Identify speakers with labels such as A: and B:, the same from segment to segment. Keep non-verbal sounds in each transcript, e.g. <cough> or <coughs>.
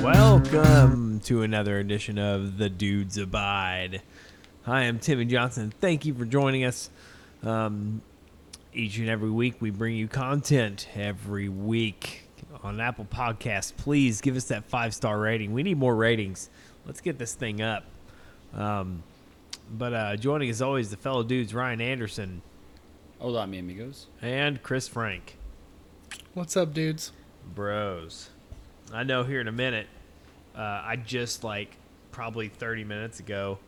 A: Welcome to another edition of The Dudes Abide. Hi, I'm Timmy Johnson. Thank you for joining us. Um, each and every week, we bring you content every week on Apple Podcasts. Please give us that five star rating. We need more ratings. Let's get this thing up. Um, but uh, joining as always the fellow dudes Ryan Anderson
B: Hola, mi amigos.
A: and Chris Frank.
C: What's up, dudes?
A: Bros. I know here in a minute. Uh, I just like probably 30 minutes ago,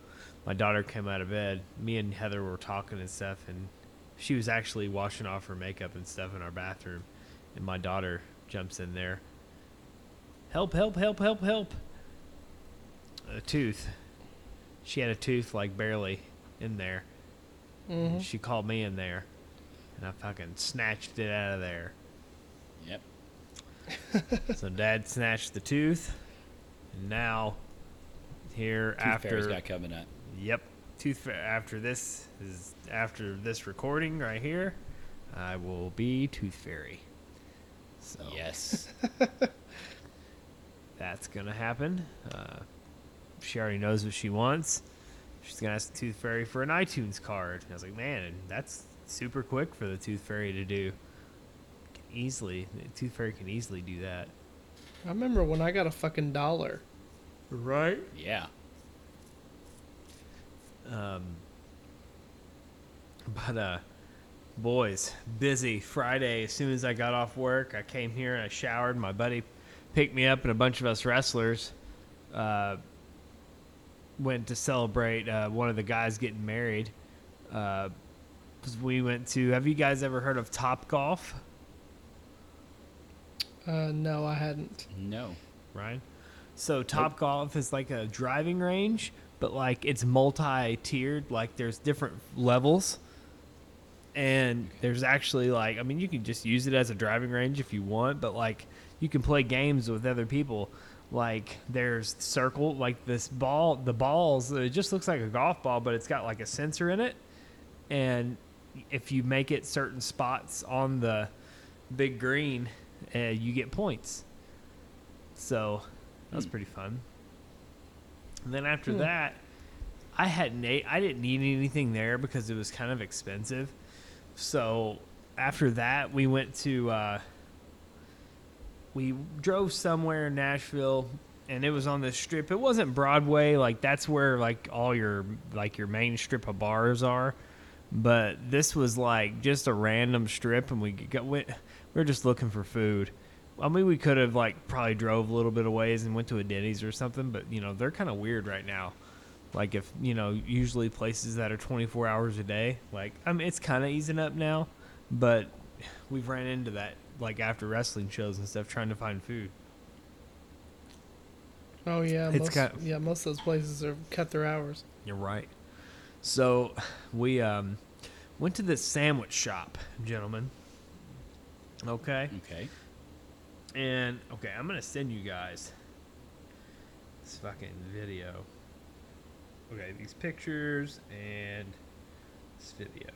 A: my daughter came out of bed. Me and Heather were talking and stuff, and she was actually washing off her makeup and stuff in our bathroom. And my daughter jumps in there. Help, help, help, help, help. A tooth. She had a tooth like barely in there. And She called me in there, and I fucking snatched it out of there.
B: Yep.
A: So dad snatched the tooth. And now, here
B: Tooth fairy's
A: after
B: got coming up.
A: yep, tooth fa- after this is after this recording right here, I will be tooth fairy. So <laughs>
B: Yes.
A: that's gonna happen. Uh, she already knows what she wants. She's gonna ask the tooth fairy for an iTunes card. And I was like, man, that's super quick for the tooth fairy to do. Can easily, the tooth fairy can easily do that.
C: I remember when I got a fucking dollar.
A: Right.
B: yeah.
A: Um, but uh, boys, busy Friday. As soon as I got off work, I came here and I showered. My buddy picked me up, and a bunch of us wrestlers uh, went to celebrate uh, one of the guys getting married. Uh, 'cause we went to. Have you guys ever heard of Top Golf,
C: Uh, no, I hadn't.
B: No.
A: Ryan? So Top Golf is like a driving range, but like it's multi-tiered. Like there's different levels, and there's actually like I mean you can just use it as a driving range if you want, but like you can play games with other people. Like there's circle, like this ball, the balls. It just looks like a golf ball, but it's got like a sensor in it, and if you make it certain spots on the big green, uh, you get points. So that was pretty fun. And then after that, I hadn't ate, I didn't eat anything there because it was kind of expensive. So after that, we went to uh, we drove somewhere in Nashville, and it was on this strip. It wasn't Broadway, like that's where like all your like your main strip of bars are. But this was like just a random strip, and we got went. We were just looking for food. I mean, we could have like probably drove a little bit of ways and went to a Denny's or something, but you know they're kind of weird right now. Like if you know, usually places that are 24 hours a day, like I mean, it's kind of easing up now, but we've ran into that like after wrestling shows and stuff trying to find food.
C: Oh yeah,
A: It's
C: most,
A: got-
C: yeah, most of those places have cut their hours.
A: You're right. So we um, went to this sandwich shop, gentlemen. Okay.
B: Okay.
A: And okay, I'm gonna send you guys this fucking video. Okay, these pictures and this video.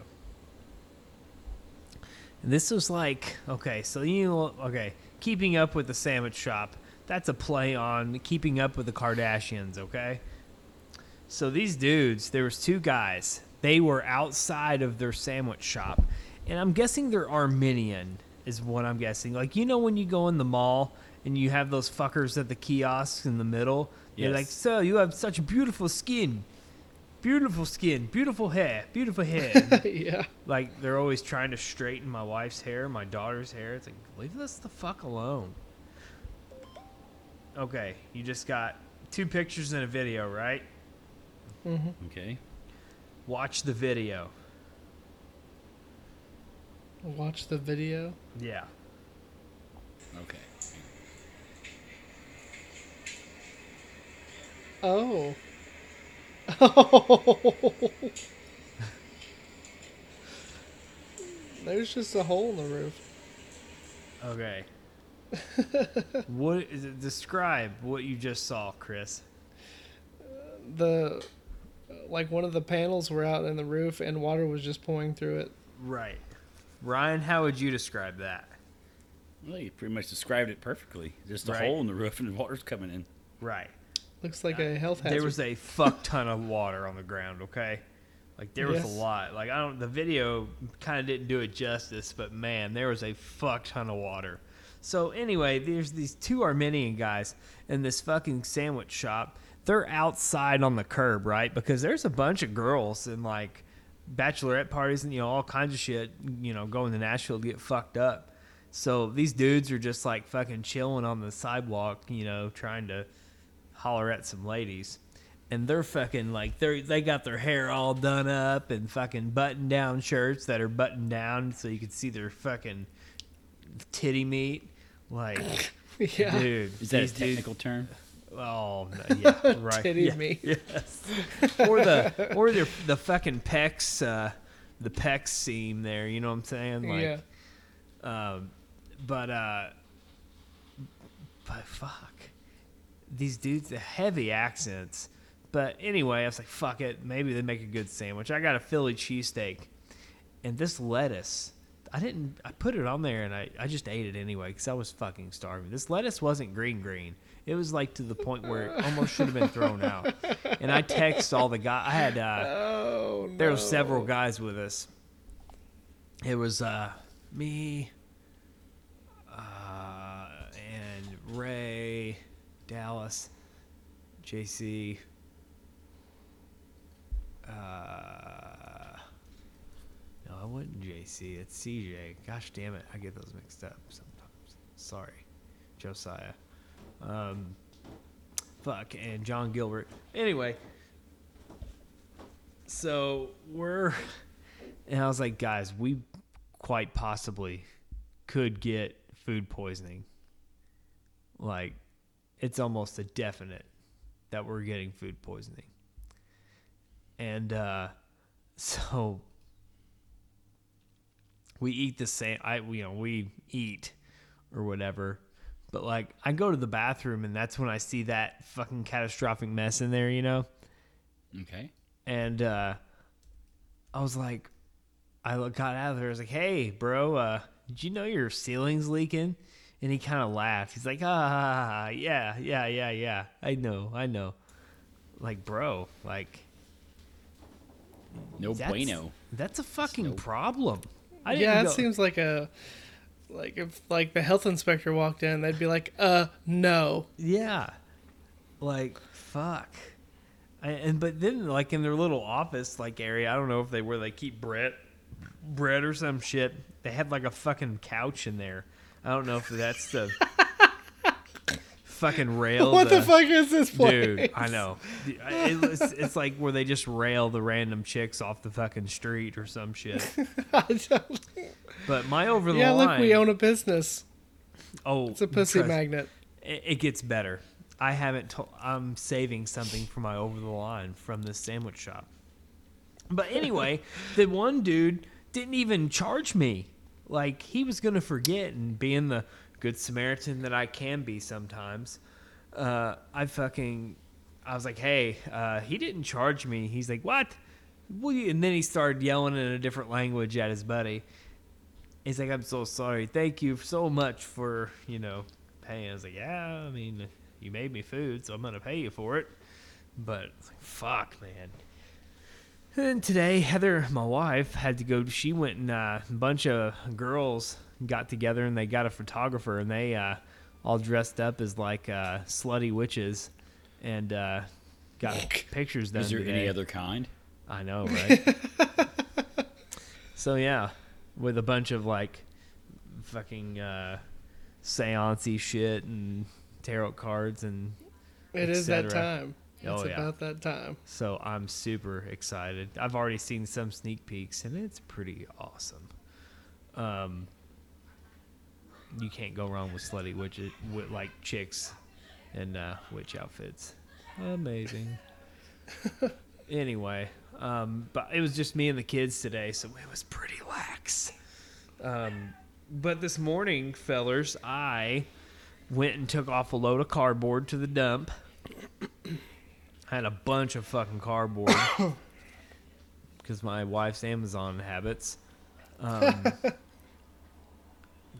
A: And this was like okay, so you know, okay, keeping up with the sandwich shop. That's a play on keeping up with the Kardashians. Okay. So these dudes, there was two guys. They were outside of their sandwich shop, and I'm guessing they're Armenian, is what I'm guessing. Like you know when you go in the mall and you have those fuckers at the kiosks in the middle. They're
B: Yes.
A: like, "So you have such beautiful skin, beautiful skin, beautiful hair, beautiful
C: <laughs>
A: hair."
C: yeah,
A: like they're always trying to straighten my wife's hair, my daughter's hair. It's like leave this the fuck alone. Okay, you just got two pictures and a video, right?
B: Okay.
A: Watch the video.
C: watch the video.
A: Yeah.
B: Okay.
C: Oh. <laughs> Oh. There's just a hole in the roof.
A: <laughs> Okay. what is it? Describe what you just saw, Chris.
C: The like one of the panels were out in the roof and water was just pouring through it.
A: Right. Ryan, how would you describe that?
B: Well, you pretty much described it perfectly. Just a
A: Right.
B: hole in the roof and the water's coming in.
A: Right.
C: Looks like a health hazard.
A: There was a fuck ton of water on the ground, okay? Like there was
C: Yes.
A: a lot. Like I don't the video kind of didn't do it justice, but man, there was a fuck ton of water. So anyway, there's these two Armenian guys in this fucking sandwich shop. They're outside on the curb, right? Because there's a bunch of girls and like bachelorette parties and you know all kinds of shit, you know, going to Nashville to get fucked up. So these dudes are just like fucking chilling on the sidewalk, you know, trying to holler at some ladies and they're fucking like they are they got their hair all done up and fucking button down shirts that are buttoned down so you can see their fucking titty meat like
C: <laughs> yeah.
A: dude
B: Is that a
A: these dudes-
B: technical term?
A: oh no, yeah right
C: Titty
A: yeah,
C: meat.
A: yes or the or their the fucking pecs uh the pecs seam there you know what i'm saying <laughs> like
C: yeah.
A: um, but uh, but fuck, these dudes, the heavy accents. But anyway, I was like, fuck it, maybe they make a good sandwich. I got a Philly cheesesteak, and this lettuce, I didn't, I put it on there and I, I just ate it anyway because I was fucking starving. This lettuce wasn't green green. It was like to the point where it almost should have been thrown out. And I text all the guys. I had uh,
C: Oh no.
A: there were several guys with us. It was uh, me, uh, and Ray, Dallas, JC, uh, no, I wasn't JC. It's CJ. Gosh damn it, I get those mixed up sometimes. Sorry, Josiah. Um, fuck, and John Gilbert. Anyway, so we're <laughs> and i was like guys we quite possibly could get food poisoning like it's almost a definite that we're getting food poisoning and uh <laughs> so we eat the same i you know we eat or whatever but like i go to the bathroom and that's when i see that fucking catastrophic mess in there you know
B: Okay.
A: and uh, I was like, I lo- got out of there. I was like, "Hey, bro, uh, did you know your ceiling's leaking?" And he kind of laughed. He's like, "Ah, yeah, yeah, yeah, yeah. I know, I know." Like, bro, like
B: No
A: that's,
B: bueno.
A: That's a fucking
B: Nope.
A: problem. I didn't
C: yeah,
A: go-
C: it seems like a like if like the health inspector walked in, they'd be like, "Uh, no."
A: Yeah. Like fuck. I, and but then like in their little office like area, I don't know if they where they keep bread bread or some shit. They had like a fucking couch in there. I don't know if that's
C: <laughs>
A: the fucking rail.
C: What the
A: the-
C: fuck is this place?
A: Dude, I know. Dude, I- it- It's, it's like where they just rail the random chicks off the fucking street or some
C: <laughs>
A: shit.
C: <laughs> I don't-
A: But my over the
C: yeah,
A: line.
C: look, we own a business.
A: oh,
C: It's a pussy
A: trust-
C: magnet.
A: It, it gets better. I haven't. To- I'm saving something for my over the line from this sandwich shop. But anyway, the one dude didn't even charge me. Like he was gonna forget, and being the good Samaritan that I can be sometimes, uh, I fucking, I was like, hey, uh, he didn't charge me. He's like, what? Will you? And then he started yelling in a different language at his buddy. He's like, I'm so sorry. Thank you so much for, you know, paying. I was like, yeah, I mean, you made me food, so I'm going to pay you for it. But it's like, fuck, man. And today, Heather, my wife, had to go. She went and uh, a bunch of girls got together and they got a photographer and they uh, all dressed up as like uh, slutty witches and uh, got pictures done.
B: Is there
A: today.
B: any other kind?
A: I know, right? so yeah, with a bunch of like fucking uh seancey shit and tarot cards and
C: It is that
A: Etc.
C: time. It's
A: Oh, yeah.
C: about that time.
A: so I'm super excited. I've already seen some sneak peeks and it's pretty awesome. Um you can't go wrong with slutty witch with like chicks and uh, witch outfits. Amazing. <laughs> anyway, um, but it was just me and the kids today, so it was pretty lax. Um, but this morning, fellers, I went and took off a load of cardboard to the dump. <coughs> had a bunch of fucking cardboard <coughs> because my wife's Amazon habits.
C: <laughs>
A: Um,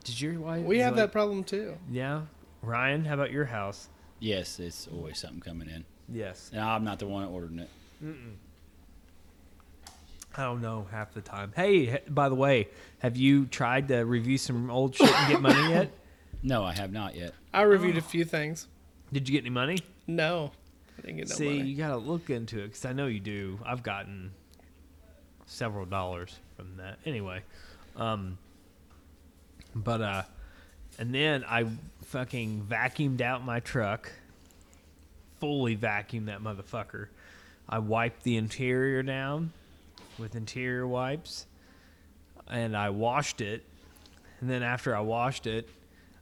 A: did your wife?
C: We
A: is
C: have
A: like-
C: that problem too.
A: Yeah, Ryan. How about your house?
B: Yes, it's always something coming in,
A: Yes.
B: and I'm not the one ordering it.
A: I don't know half the time. Hey, h- by the way, have you tried to review some old shit and get money yet?
B: No, I have not yet.
C: I reviewed
A: Oh.
C: a few things.
A: Did you get any money?
C: No, I didn't get no
A: See,
C: money.
A: you gotta look into it because I know you do. I've gotten several dollars from that. Anyway, um, but uh, and then I fucking vacuumed out my truck, fully vacuumed that motherfucker. I wiped the interior down with interior wipes, and I washed it. And then after I washed it,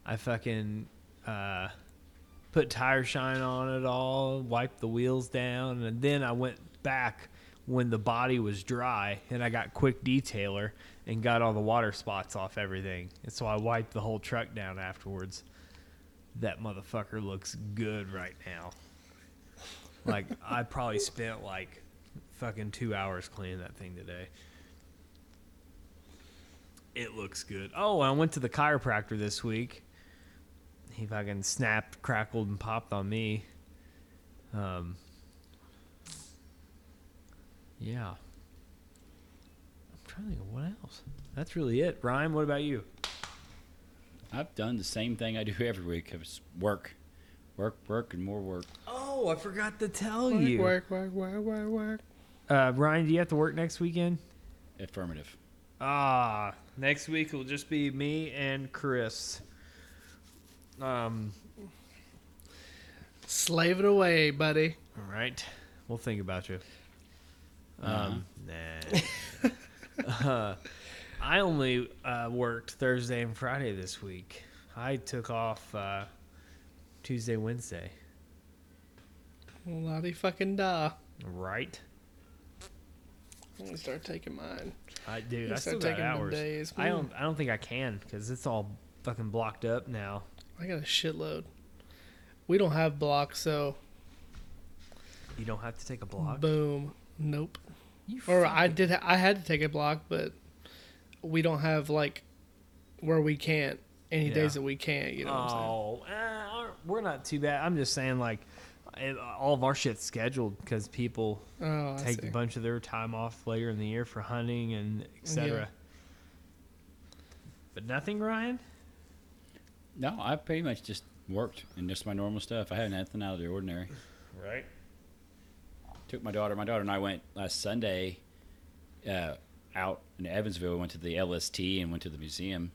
A: I fucking uh put tire shine on it all, wiped the wheels down, and then I went back when the body was dry and I got quick detailer and got all the water spots off everything. And so I wiped the whole truck down afterwards. That motherfucker looks good right now. Like I probably spent like fucking 2 hours cleaning that thing today. It looks good. Oh, I went to the chiropractor this week he fucking snapped, crackled, and popped on me. Um, yeah. I'm trying to think of what else. That's really it. Ryan, what about you?
B: I've done the same thing I do every week. It's work, work, work, and more work.
A: Oh, I forgot to tell
C: Whack,
A: you.
C: whack, whack, whack, whack, whack.
A: Uh, Ryan, do you have to work next weekend?
B: Affirmative.
A: Ah, next week will just be me and Chris. Um,
C: Slave it away, buddy.
A: all right. We'll think about you.
B: Uh-huh.
A: Um, nah. <laughs> uh, I only uh, worked Thursday and Friday this week. I took off uh, Tuesday, Wednesday.
C: Lottie fucking da.
A: Right?
C: Let me start taking mine.
A: I do.
C: You
A: I
C: start
A: still got
C: taking them
A: hours.
C: days.
A: I don't. I don't think I can because it's all fucking blocked up now.
C: I got a shitload. We don't have blocks, so
A: You don't have to take a block.
C: boom. Nope.
A: you
C: Or
A: fuck-
C: I did. Ha- I had to take a block, but we don't have like where we can't any
A: Yeah.
C: days that we can't. You know what I'm saying?
A: oh, eh, our- we're not too bad. I'm just saying like. It, all of our shit's scheduled because people
C: Oh, I
A: take
C: see.
A: a bunch of their time off later in the year for hunting and etc.
C: Yeah.
A: But nothing, Ryan.
B: No, I pretty much just worked and just my normal stuff. I haven't had nothing out of the ordinary.
A: Right.
B: Took my daughter. My daughter and I went last Sunday uh, out in Evansville. We went to the LST and went to the museum.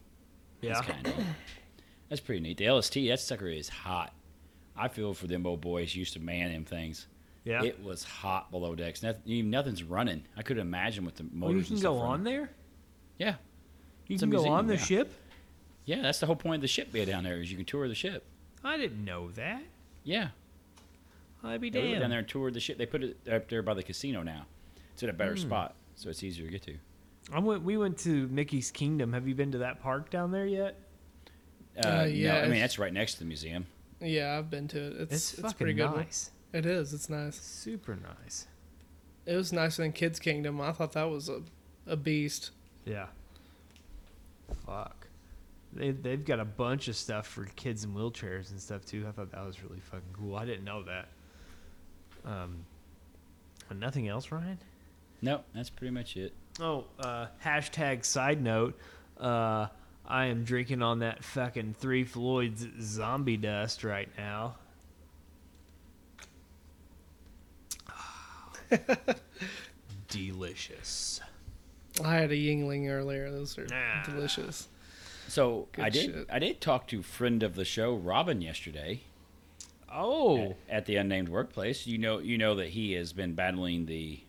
A: Yeah.
B: That's kind of. That's pretty neat. The LST, that sucker is hot. I feel for them old boys used to man them things.
A: yeah.
B: It was hot below decks. Nothing, you- nothing's running. I could imagine with the
A: well,
B: motors.
A: you can
B: and stuff
A: go on
B: running.
A: there.
B: Yeah,
A: You
B: It's
A: can
B: a
A: go
B: museum,
A: on the
B: yeah.
A: ship.
B: yeah. That's the whole point of the ship being down there is you can tour the ship.
A: I didn't know that.
B: Yeah,
A: I'd be
B: yeah we went
A: damned.
B: down there and toured the ship. They put it up there by the casino now. It's in a better spot, so it's easier to get to.
A: I went. We went to Mickey's Kingdom. Have you been to that park down there yet?
B: Uh,
C: Uh,
B: no,
C: yeah,
B: I mean
C: it's-
B: that's right next to the museum.
C: Yeah, I've been to it. It's
A: It's,
C: it's,
A: fucking
C: pretty good. one.
A: nice.
C: It is. It's nice.
A: Super nice.
C: It was nicer than Kids Kingdom. I thought that was a a beast.
A: Yeah. Fuck. They they've got a bunch of stuff for kids in wheelchairs and stuff too. I thought that was really fucking cool. I didn't know that. Um. and Nothing else, Ryan.
B: No, that's pretty much it.
A: Oh, uh, hashtag side note. Uh, I am drinking on that fucking three Floyds zombie dust right <laughs> now. Delicious.
C: I had a Yingling earlier. Those are
A: Ah.
C: delicious.
B: So I
C: Good
B: did.
C: shit.
B: I did talk to friend of the show Robin yesterday
A: Oh,
B: at the unnamed workplace. You know, you know that he has been battling the,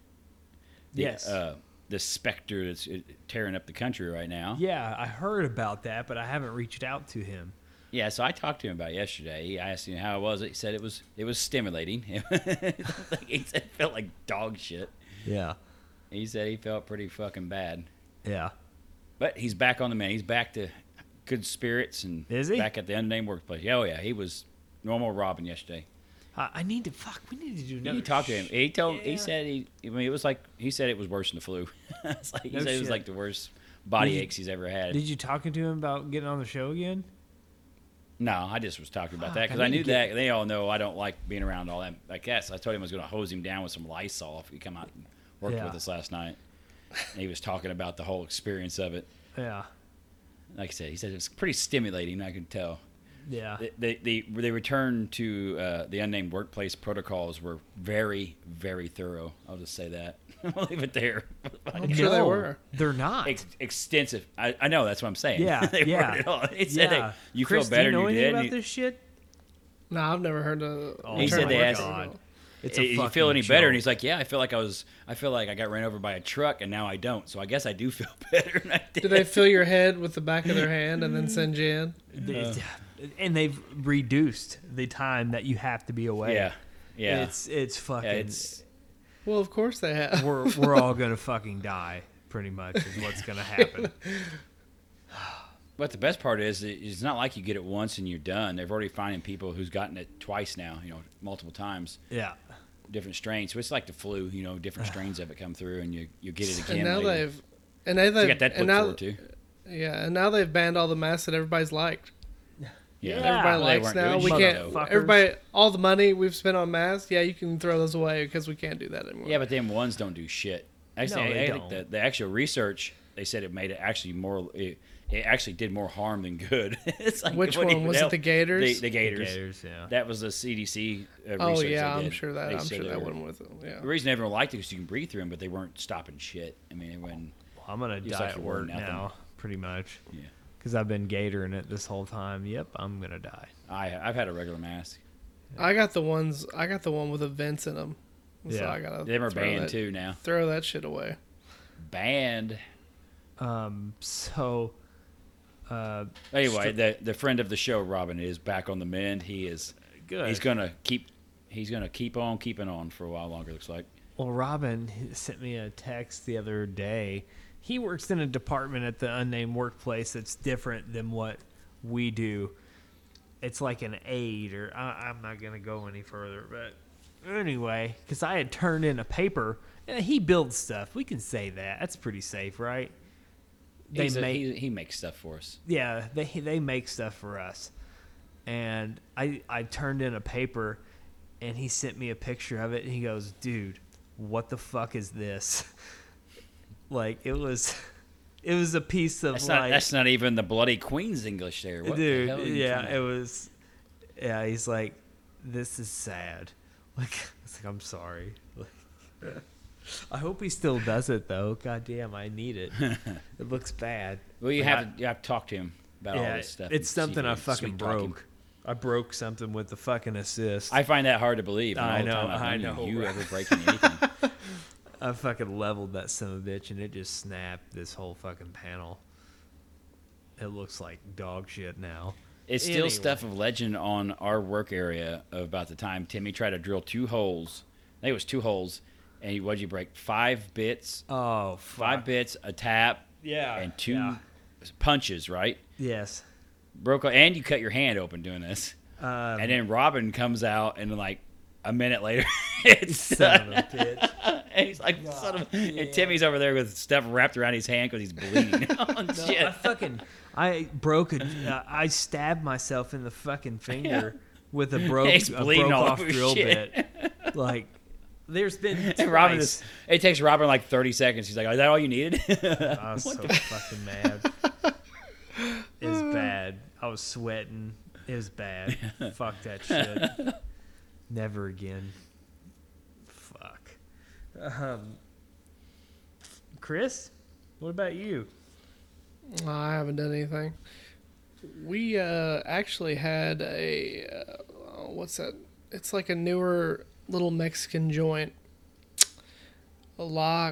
B: the
A: yes.
B: uh, the specter that's uh, tearing up the country right now.
A: yeah, I heard about that, but I haven't reached out to him.
B: Yeah, so I talked to him about it yesterday. I asked him how it was. He said it was it was stimulating. <laughs> he said it felt like dog shit.
A: Yeah.
B: He said he felt pretty fucking bad.
A: Yeah.
B: But he's back on the man. He's back to good spirits and
A: Is he?
B: back at the unnamed workplace. Yeah, Oh yeah, he was normal Robin yesterday.
A: I, I need to fuck. We need to do.
B: No,
A: another
B: you talked to him.
A: sh-
B: He told
A: Yeah.
B: he said he. I mean, it was like he said it was worse than the flu. <laughs> it's like, he
A: No
B: said it
A: shit.
B: was like the worst body
A: Did you-
B: aches he's ever had.
A: Did you talk to him about getting on the show again?
B: No, I just was talking about that
A: Fuck, I
B: 'cause that because I
A: need
B: knew
A: to get-
B: that they all know I don't like being around all that like that. So I told him I was going to hose him down with some Lysol if he come out and worked
A: Yeah.
B: with us last night. And he was talking about the whole experience of it.
A: Yeah.
B: Like I said, he said it's pretty stimulating. I can tell.
A: Yeah.
B: The the, the, the return to uh, the unnamed workplace protocols were very very thorough. I'll just say that. <laughs> I'll leave it there.
C: I'm sure they
A: No,
C: were.
A: They're not.
B: Ex- extensive. I, I know that's what I'm saying.
A: Yeah,
B: <laughs> they
A: yeah.
B: weren't at all. He said
A: yeah.
B: they- you
A: Chris,
B: feel better
A: do you know
B: than you
A: anything
B: did.
A: about
B: You-
A: this shit?
C: No, I've never heard of.
A: Oh
B: He said
C: Turn
B: they
C: my
B: asked-
C: God.
A: It's
B: "Hey,
A: a
B: you
A: fucking
B: feel any better?
A: show.
B: And he's like, yeah, I feel like I was, I feel like I got ran over by a truck, and now I don't. So I guess I do feel <laughs> better. Than I did.
C: Do they fill your head with the back of their hand and then send you in?
A: They- and they've reduced the time that you have to be away.
B: yeah, yeah.
A: It's it's fucking.
B: yeah, it's
C: Well, of course they have.
A: we're we're all gonna fucking die. Pretty much is what's gonna
B: <laughs>
A: happen.
B: but the best part is it- it's not like you get it once and you're done. They're already finding people who's gotten it twice now, you know, multiple times,
A: Yeah.
B: different strains. So it's like the flu, you know,
C: <sighs>
B: different strains of it come through and you you get it again.
C: and now
B: later.
C: they've, and now
B: So you
C: they've,
B: got that to
C: and
B: look
C: now,
B: forward to.
C: yeah, and now they've banned all the masks that everybody's liked.
B: Yeah,
A: Yeah.
C: Everybody
A: They
C: likes
B: weren't
C: now.
B: doing
C: We
B: shit,
C: can't.
A: though.
C: Everybody, all the money we've spent on masks, yeah, you can throw those away because we can't do that anymore.
B: Yeah, but them ones don't do shit. Actually,
A: No,
B: I,
A: they
B: I
A: don't.
B: think the, the actual research they said it made it actually more. It, it actually did more harm than good. <laughs> it's like,
C: Which
B: what
C: one?
B: even
C: Was it
B: help-
C: the Gators?
B: The, the Gators.
A: Gators, yeah.
B: That was the CDC uh,
C: oh
B: research.
C: yeah,
B: they
C: I'm
B: did.
C: sure that.
B: They
C: I'm
B: said
C: sure
B: they
C: that
B: were-
C: one was.
B: The
C: Yeah.
B: reason everyone liked it because you can breathe through them, but they weren't stopping shit. I mean, everyone.
A: I'm gonna
B: He's
A: die
B: like,
A: at
B: "You're
A: work
B: worth nothing."
A: now, pretty much,
B: Yeah,
A: because I've been gatoring it this whole time. Yep, I'm gonna die.
B: I I've had a regular mask.
C: I got the ones. I got the one with events in them. So
A: Yeah.
C: I gotta
B: Them are
C: throw
B: banned
C: that,
B: too now.
C: Throw that shit away.
B: Banned.
A: Um. So. Uh.
B: Anyway, the the friend of the show, Robin, is back on the mend. He is.
A: Good.
B: He's gonna keep. He's gonna keep on keeping on for a while longer. Looks like.
A: Well, Robin sent me a text the other day. He works in a department at the unnamed workplace that's different than what we do. It's like an aide, or I, I'm not going to go any further. But anyway, because I had turned in a paper, and he builds stuff. We can say that. That's pretty safe, right? They
B: He's a-
A: make-
B: he, he makes stuff for us.
A: yeah, they they make stuff for us. And I I turned in a paper and he sent me a picture of it and he goes, "Dude, what the fuck is this?" <laughs> like it was <laughs> it was a piece of
B: That's not,
A: like
B: that's not even the bloody Queen's English there. What the hell are
A: dude,
B: you
A: yeah,
B: trying
A: it
B: to-
A: was yeah, he's like this is sad. <laughs> Like it's like I'm sorry. <laughs> Like, I hope he still does it though. God damn, I need
B: <laughs>
A: it. it looks bad.
B: well, you
A: Like, I-
B: have, to, you have to talk to him about all Oh, this stuff. and
A: It's
B: see if
A: something
B: you
A: I
B: can
A: fucking
B: sweet talk him.
A: broke. I broke something with the fucking assist. I,
B: I find that hard to believe. and
A: I
B: all the
A: know,
B: time I've
A: I
B: known
A: know,
B: You, you
A: right?
B: ever breaking anything?
A: fucking leveled that son of a bitch and it just snapped this whole fucking panel. It looks like dog shit now.
B: It's still
A: Anyway.
B: stuff of legend on our work area about the time Timmy tried to drill two holes. I think it was two holes, and he, what'd you break? Five bits,
A: Oh, fuck.
B: five bits, a tap,
A: Yeah,
B: and two
A: yeah.
B: punches. Right?
A: Yes.
B: Broke, and you cut your hand open doing this.
A: Um,
B: and then Robin comes out, and like a minute later, <laughs> it's
A: <laughs> <laughs> son of
B: <laughs>
A: a bitch.
B: and he's like, son of, and Timmy's over there with stuff wrapped around his hand because
A: <laughs>
B: he's bleeding. <laughs> oh, shit.
A: I fucking, I broke a, uh, I stabbed myself in the fucking finger with a broke,
B: It's
A: a
B: bleeding
A: broke
B: all
A: off
B: over
A: drill
B: shit.
A: bit. Like, there's been
B: And <laughs> Robin
A: twice-
B: is, it takes Robin like 30 seconds. He's like, is that all you needed? <laughs>
A: I was so fucking mad. <laughs> It was bad. I was sweating. It was <laughs> bad. Fuck that shit. Never again. Fuck. Um, Chris, what about you?
C: No, I haven't done anything. We uh, actually had a uh, oh, what's that? It's like a newer little Mexican joint, La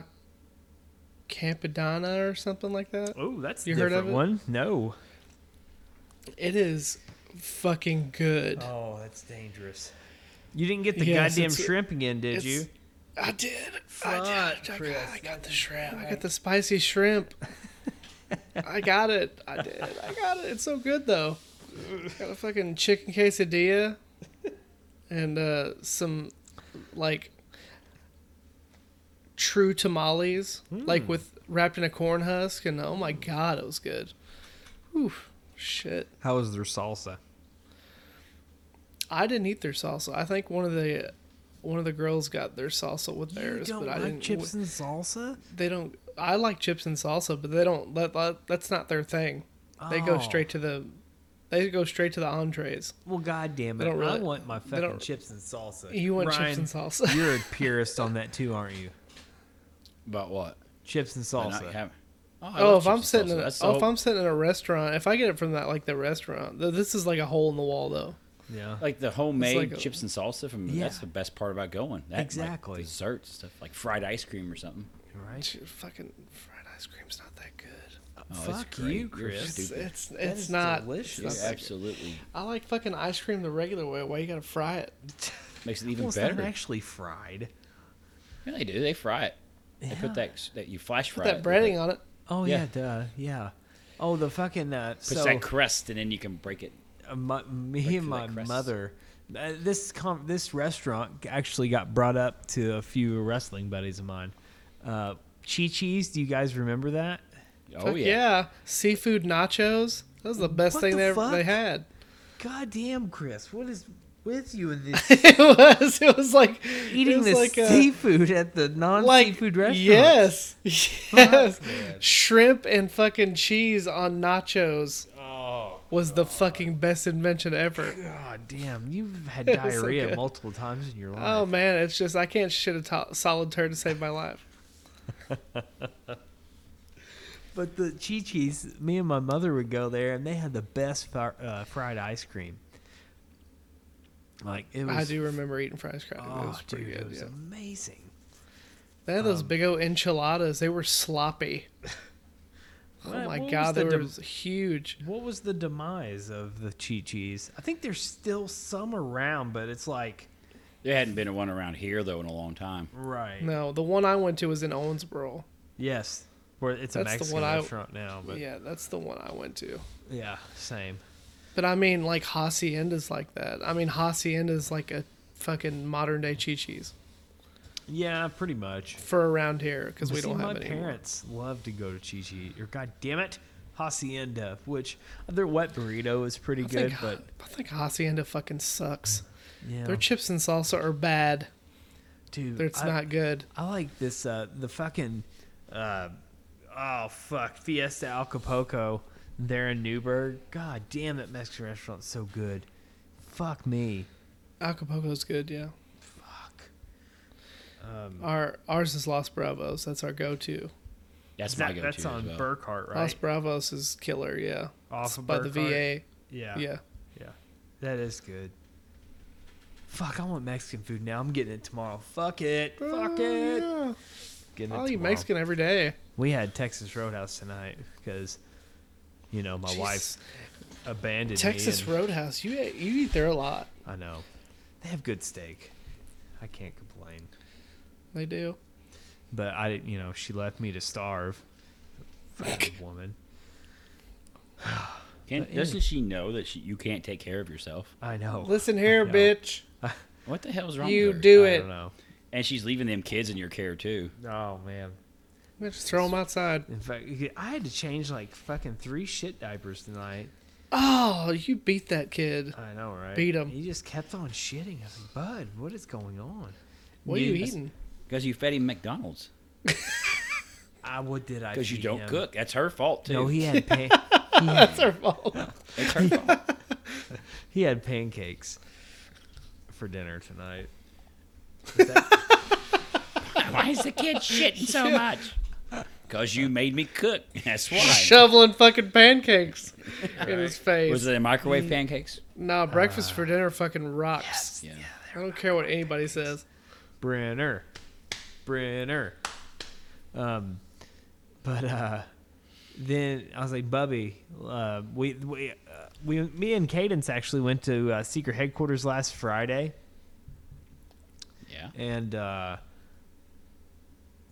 C: Campadana or something like that.
A: Oh, that's a
C: You heard
A: different
C: of it?
A: one. No.
C: It is fucking good.
A: Oh, that's dangerous. You didn't get the
C: Yes,
A: goddamn
C: it's-
A: shrimp again, did
C: it's-
A: you?
C: I did. I
A: Fuck,
C: did. I
A: Chris,
C: got, I got the shrimp. I got the spicy <laughs> shrimp. I got it. I did. I got it. It's so good though. Got a fucking chicken quesadilla and uh, some like true tamales, like with wrapped in a corn husk. And oh my god, it was good. Whew, shit.
A: How was their salsa?
C: I didn't eat their salsa. I think one of the one of the girls got their salsa with theirs,
A: you don't
C: but
A: like
C: I didn't.
A: chips and salsa?
C: they don't i like chips and salsa but they don't let, let- that's not their thing they go
A: Oh.
C: straight to the they go straight to the entrees
A: Well, goddamn
C: They
A: it!
C: don't
A: I
C: really-
A: want my
C: they
A: fucking
C: don't-
A: chips and salsa.
C: you want chips
A: Ryan,
C: and salsa
A: You're
C: <laughs>
A: a purist on that too, aren't you?
B: About what?
A: Chips and
B: By not
A: salsa.
B: having- Oh, I
C: oh
B: love
C: if i'm
B: chips and
C: sitting in
B: salsa.
C: a,
B: That's the
C: oh, if
B: whole-
C: i'm sitting in a restaurant if i get it from that like the restaurant th- this is like a hole in the wall though
A: yeah.
B: like the homemade
C: like a-
B: chips and salsa from
A: Yeah.
B: that's the best part about going. That, like,
A: Exactly.
B: dessert stuff like fried ice cream or something.
A: Right.
C: Dude, fucking fried ice cream's not that good
B: it's
A: Fuck
B: great.
A: you,
B: You're
A: Chris.
C: it's
B: Stupid.
C: it's,
A: That
C: it's
A: is
C: not
A: delicious.
B: You're
C: it's not-
B: absolutely
C: i like fucking ice cream the regular way why you gotta fry it
B: makes it even
A: Well, it's not
B: better.
A: actually fried.
B: yeah, they do. They fry it. They
A: Yeah.
B: put that that you flash
C: put
B: fry
C: that
B: it.
C: breading on it
A: Oh yeah,
B: Yeah.
A: duh, yeah. Oh, the fucking uh,
B: Put
A: so
B: that crust and then you can break it.
A: uh, my, me and
B: through
A: my
B: that crust.
A: mother. Uh, this com- this restaurant actually got brought up to a few wrestling buddies of mine. Uh, Chi Chi's, do you guys remember that?
B: Oh
C: Fuck
B: yeah.
C: seafood nachos that was the best
A: What
C: thing
A: the
C: they ever
A: fuck?
C: they had <laughs>
A: God damn, Chris, what is with you in this
C: it was. It was like it
A: eating
C: was
A: this
C: like a-
A: seafood at the non
C: like
A: seafood restaurant?
C: Yes, <laughs> yes.
A: man.
C: Shrimp and fucking cheese on nachos
A: Oh
C: was the fucking best invention ever.
A: god damn, you've had
C: <laughs> It was so
A: diarrhea
C: good.
A: multiple times in your life.
C: Oh man, it's just I can't shit a to- solid turd to save my life.
A: But the Chi Chi's, me and my mother would go there, and they had the best far, uh, fried ice cream. Like it was,
C: I do remember eating fries crackers.
A: Oh,
C: it was pretty
A: dude,
C: good.
A: it was
C: yeah.
A: amazing.
C: They had
A: Um,
C: those big old enchiladas. They
A: <laughs>
C: were sloppy.
A: What-
C: Oh my
A: what was
C: god,
A: the
C: they were
A: dem-
C: huge.
A: What was the demise of the Chi Chi's? I think there's still some around, but it's like
B: There hadn't been one around here though in a long time.
A: right.
C: No, the one I went to was in Owensboro.
A: Yes, where it's a
C: That's the
A: Mexican
C: one I-
A: restaurant now, but yeah.
C: Yeah, that's the one I went to.
A: same.
C: But I mean, like haciendas like that. I mean, haciendas like a fucking modern day chichis
A: Yeah, pretty much.
C: for around here because we
A: See,
C: don't
A: my
C: have any. anymore.
A: parents love to go to Chi Chi or God damn it, Hacienda, which their wet burrito is pretty
C: I
A: good,
C: think,
A: but
C: I think hacienda fucking sucks.
A: yeah,
C: Their chips and salsa are bad.
A: dude,
C: They're- It's
A: I,
C: not good.
A: I like this uh, the fucking uh, oh fuck Fiesta Acapulco there in Newburgh. God damn it, Mexican restaurant's so good. Fuck me,
C: Acapulco's good, yeah.
A: fuck. Um,
C: Our ours is Los Bravos. That's our go-to.
B: That's
A: That-
B: my go-to.
A: that's on
B: as well.
A: Burkhart,
C: Los
A: right?
C: Bravos is killer, yeah.
A: Off
C: It's
A: of
C: by the
A: Burkhart?
C: VA,
A: Yeah,
C: yeah.
A: yeah. That is good. Fuck, I want Mexican food now. I'm getting it tomorrow. Fuck it. Fuck
C: Oh,
A: it.
C: yeah.
A: Getting it
C: I'll eat
A: tomorrow.
C: Mexican every day.
A: We had Texas Roadhouse tonight because, you know, my wife
C: Jesus.
A: abandoned me.
C: Texas
A: and-
C: Roadhouse. You you eat there a lot.
A: I know. They have good steak. I can't complain.
C: They do.
A: But I didn't, you know, she left me to starve. Fucking woman.
B: Can,
A: But yeah.
B: doesn't she know that she, you can't take care of yourself?
A: I know.
C: Listen here,
A: No.
C: bitch.
B: What the hell's wrong
C: You
B: with her?
A: I
C: do it.
A: don't know.
B: And she's leaving them kids in your care too.
A: Oh, man.
C: Just throw them outside.
A: In fact, I had to change like fucking three shit diapers tonight.
C: Oh, you beat that kid.
A: I know, right?
C: Beat 'em.
A: He just kept on shitting. I was like, bud, what is going on?
C: What are you
A: You-
C: eating? <laughs>
B: Because you fed him McDonald's.
A: I, what did I
B: Because you
A: feed
B: don't
A: him?
B: cook. That's her fault too.
A: No, he
C: <laughs>
A: had, pan- he had
C: That's her
A: <laughs>
C: fault.
B: It's her fault.
A: He had pancakes for dinner tonight. Is that-
B: <laughs> Why is the kid
A: <laughs>
B: shitting so much? Because you made me cook. <laughs> That's why.
C: <laughs> Shoveling fucking
A: <laughs>
C: pancakes in his face.
B: Was it a microwave pancakes?
C: nah, breakfast
A: Ah.
C: for dinner fucking rocks.
B: Yeah.
C: I don't care what anybody says.
A: Brenner. Brenner. Um, but uh, then I was like, Bubby, uh, we we uh, we me and Cadence actually went to uh, secret headquarters last Friday,
B: Yeah.
A: and uh,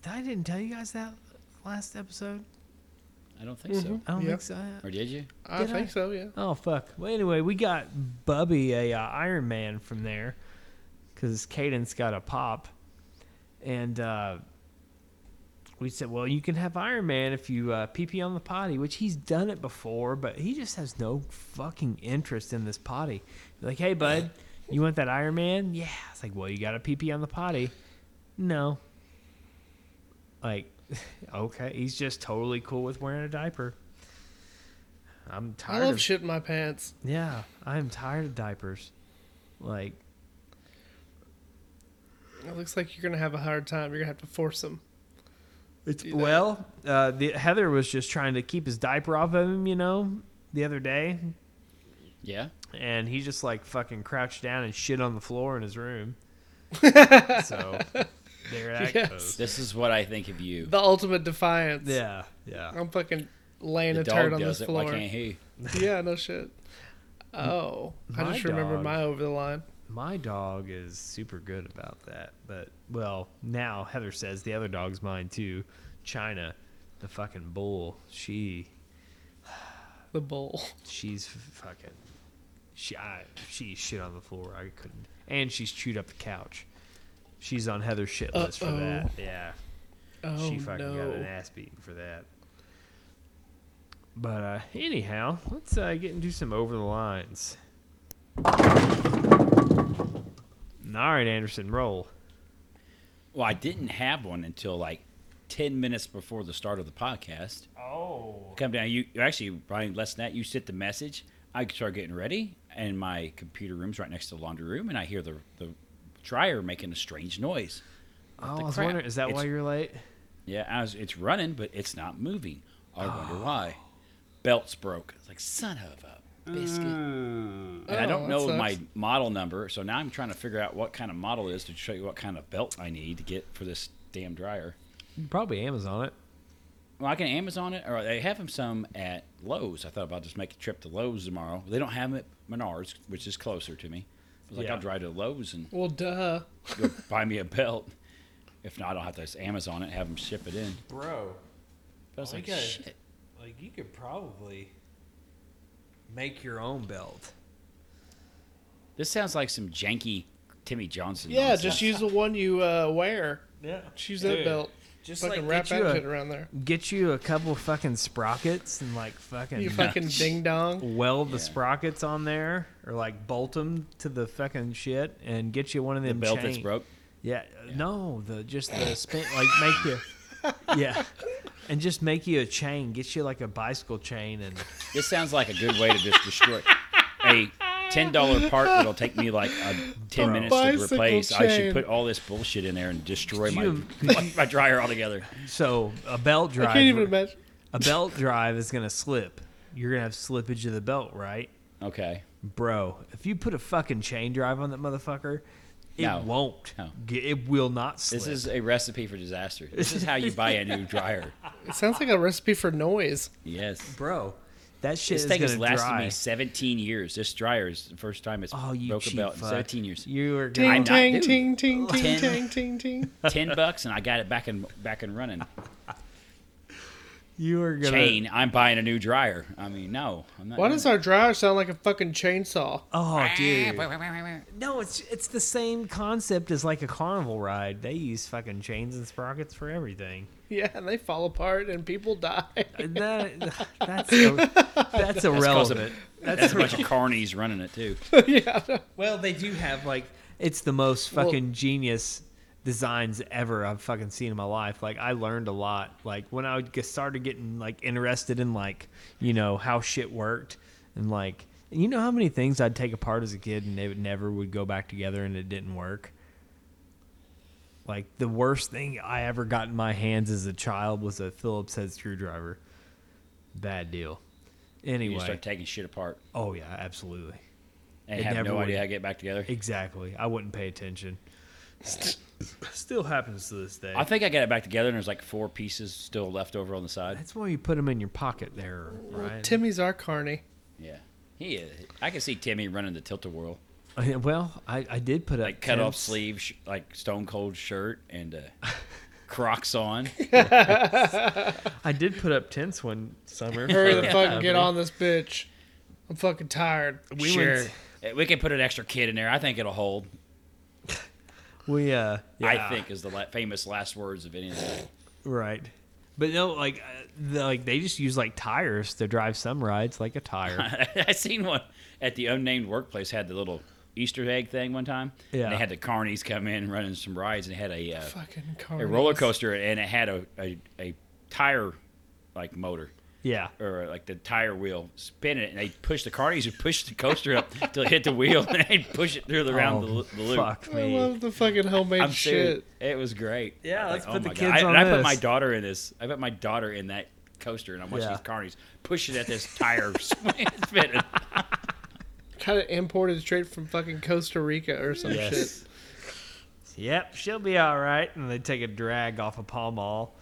A: I didn't tell you guys that last episode.
B: I don't think so.
A: I don't
C: Yeah.
A: think so.
B: Or did you?
C: I
A: Did
C: think
A: I?
C: so. Yeah.
A: Oh fuck. Well, anyway, we got Bubby a uh, Iron Man from there because Cadence got a pop, and uh, we said, "Well, you can have Iron Man if you uh, pee pee on the potty," which he's done it before, but he just has no fucking interest in this potty. Like, hey, bud, you want that Iron Man? Yeah. It's like, well, you got to pee pee on the potty. No. Like, <laughs> okay, he's just totally cool with wearing a diaper. I'm
C: I
A: tired
C: love
A: of
C: shit in my pants.
A: yeah, I'm tired of diapers. Like,
C: It looks like you're gonna have a hard time. You're gonna have to force them.
A: it's
C: Do that.
A: well, uh, the, Heather was just trying to keep his diaper off of him, you know, the other day,
B: Yeah.
A: and he just like fucking crouched down and shit on the floor in his room. so there that
C: Yes.
A: goes.
B: This is what I think of you.
C: The ultimate defiance.
A: Yeah, yeah.
C: I'm fucking laying
B: The
C: a turd
B: dog
C: on
B: does
C: this
B: it.
C: floor.
B: Why can't he?
C: <laughs> yeah, no shit. Oh,
A: My
C: I just remember
A: dog.
C: my over the line.
A: My dog is super good about that, but well, now Heather says the other dog's mine too. China, the fucking bull. She
C: The bull.
A: She's f- fucking. She I, she's shit on the floor. I couldn't. And she's chewed up the couch. She's on Heather's shit list for
C: Uh-oh.
A: that. Yeah,
C: Oh
A: she fucking got an
C: no.
A: ass beating for that. But uh, anyhow, let's uh, get into some over the lines. All right, Anderson, roll.
B: Well, I didn't have one until like ten minutes before the start of the podcast.
A: Oh.
B: Come down. You you actually, Ryan, less than that. You sent the message. I start getting ready, and my computer room's right next to the laundry room, and I hear the the dryer making a strange noise.
A: Oh,
B: the
A: I was
B: crap.
A: wondering, is that why
B: It's-
A: you're late?
B: Yeah, I was, it's running, but it's not moving. I wonder why. Belts broke. It's like son of a biscuit.
C: Mm.
B: and I
C: Oh,
B: don't
C: that
B: know
C: sucks.
B: my model number, so now I'm trying to figure out what kind of model it is to show you what kind of belt I need to get for this damn dryer.
A: You can probably Amazon it.
B: Well, I can Amazon it, or they have them some at Lowe's. I thought about just make a trip to Lowe's tomorrow. They don't have them at Menards, which is closer to me. I was like,
A: Yeah.
B: I'll drive to Lowe's and
C: Well, duh.
B: go buy me a belt. If not, I'll have to just Amazon it, and have them ship it in.
A: Bro,
B: But I was
A: Oh,
B: like,
A: okay.
B: shit.
A: Like you could probably make your own belt.
B: This sounds like some janky Timmy Johnson.
C: Yeah,
B: nonsense.
C: just use the one you uh, wear.
A: Yeah.
C: Just use that belt.
A: Just
C: fucking
A: like
C: wrap
A: get,
C: that
A: you
C: shit
A: a,
C: around there.
A: get you a couple fucking sprockets and like fucking,
C: You fucking
A: <laughs>
C: ding dong.
A: weld the
B: Yeah.
A: sprockets on there or like bolt them to the fucking shit and get you one of
B: the
A: them
B: belt that's
A: chain-
B: broke.
A: Yeah, no, the just the spin like make you
B: <laughs>
A: yeah. And just make you a chain, get you like a bicycle chain and
B: This sounds like a good way to just destroy a ten dollar part that'll take me like a ten
A: Bro.
B: minutes to
C: Bicycle
B: replace. I should
C: chain.
B: put all this bullshit in there and destroy my,
A: you-
B: <laughs> my my dryer altogether.
A: so a belt
C: I
A: drive.
C: can't even imagine.
A: a belt drive is going to slip. You're going to have slippage of the belt, right?
B: Okay.
A: Bro, if you put a fucking chain drive on that motherfucker, it
B: No.
A: won't.
B: No.
A: G- It will not slip.
B: This is a recipe for disaster. This is how you buy a new dryer.
C: It sounds like a recipe for noise.
A: <laughs>
B: Yes.
A: Bro, that shit
B: This
A: is
B: thing
A: going
B: has
A: to
B: lasted
A: dry.
B: me 17 years. This dryer is the first time it's
A: oh, you
B: broke
A: cheap
B: a belt
A: fuck.
B: in
A: <laughs>
B: 17 years.
A: You are
C: Ting
A: going
B: not-
C: ting
B: dude.
A: <laughs>
C: ting ting ting
B: Ten.
C: ting ting ting.
B: 10 bucks and I got it back and back and running.
A: you are going
B: Chain, I'm buying a new dryer. I mean, no. I'm not
C: Why
B: doing
C: does
B: that.
C: our dryer sound like a fucking chainsaw? <laughs>
B: Ah,
A: Oh, dude. No, it's it's the same concept as like a carnival ride. They use fucking chains and sprockets for everything.
C: Yeah, and they fall apart and people die. <laughs>
A: And that, <laughs> that's
B: <laughs>
A: that's, that's irrelevant.
B: That's a bunch of carnies running it
A: <laughs>
B: too.
C: yeah. I know.
A: Well, they do have like it's the most
C: Well-
A: fucking genius designs ever I've fucking seen in my life. Like I learned a lot. Like when I would get started getting like interested in like you know how shit worked and like you know how many things I'd take apart as a kid and they would never would go back together and it didn't work. Like the worst thing I ever got in my hands as a child was a Phillips head screwdriver. Bad deal.
B: You
A: Anyway,
B: start taking shit apart
A: oh yeah, absolutely.
B: and
A: It
B: have
A: never
B: no
A: would.
B: idea how to get back together.
A: Exactly. I wouldn't pay attention. Still happens to this day.
B: I think I got it back together, and there's like four pieces still left over on the side.
A: That's why you put them in your pocket there, <laughs>
C: Well,
A: right?
C: Timmy's our carny.
B: Yeah, he is. I can see Timmy running the tilt a whirl,
A: well, I, I did put a
B: like cut off
A: Tim's-
B: sleeve, sh- like Stone Cold shirt, and
A: <laughs>
B: uh, Crocs on.
A: I did put up tents one
B: <laughs>
A: summer.
C: Hurry
A: for
C: the fucking
A: company.
C: get on this bitch. I'm fucking tired.
A: We
C: sure.
A: went.
B: Eh, We can put an extra kid in there. I think it'll hold.
A: We uh.
B: I
A: yeah.
B: think is the la- famous last words of any of that.
A: Right. But no, like, uh, the, like they just use like tires to drive some rides, like a tire.
B: <laughs> I seen one at the unnamed workplace had the little Easter egg thing one time.
A: Yeah.
B: And they had the carnies come in running some rides, and they had a uh,
C: Fucking carny.
B: a roller coaster, and it had a a, a tire like motor.
A: yeah.
B: or like the tire wheel, spin it, and they push the carnies would push the coaster
A: <laughs>
B: up till it hit the wheel, and they push it through the round
A: Oh,
B: the, the loop.
A: Fuck
C: I
A: me.
C: love the fucking homemade
B: I'm serious.
C: shit.
B: It was great.
A: Yeah,
B: I was "Oh
A: let's put the
B: my
A: kids
B: God. I,
A: on
B: and I put
A: this.
B: my daughter in this. I put my daughter in that coaster, and I'm watching
A: Yeah.
B: these carnies pushing at this tire <laughs> spin-
A: <laughs>
B: spinning.
C: Kind of imported straight from fucking Costa Rica or some shit. <laughs>
A: Yep, she'll be all right. And they take a drag off a of Pall Mall.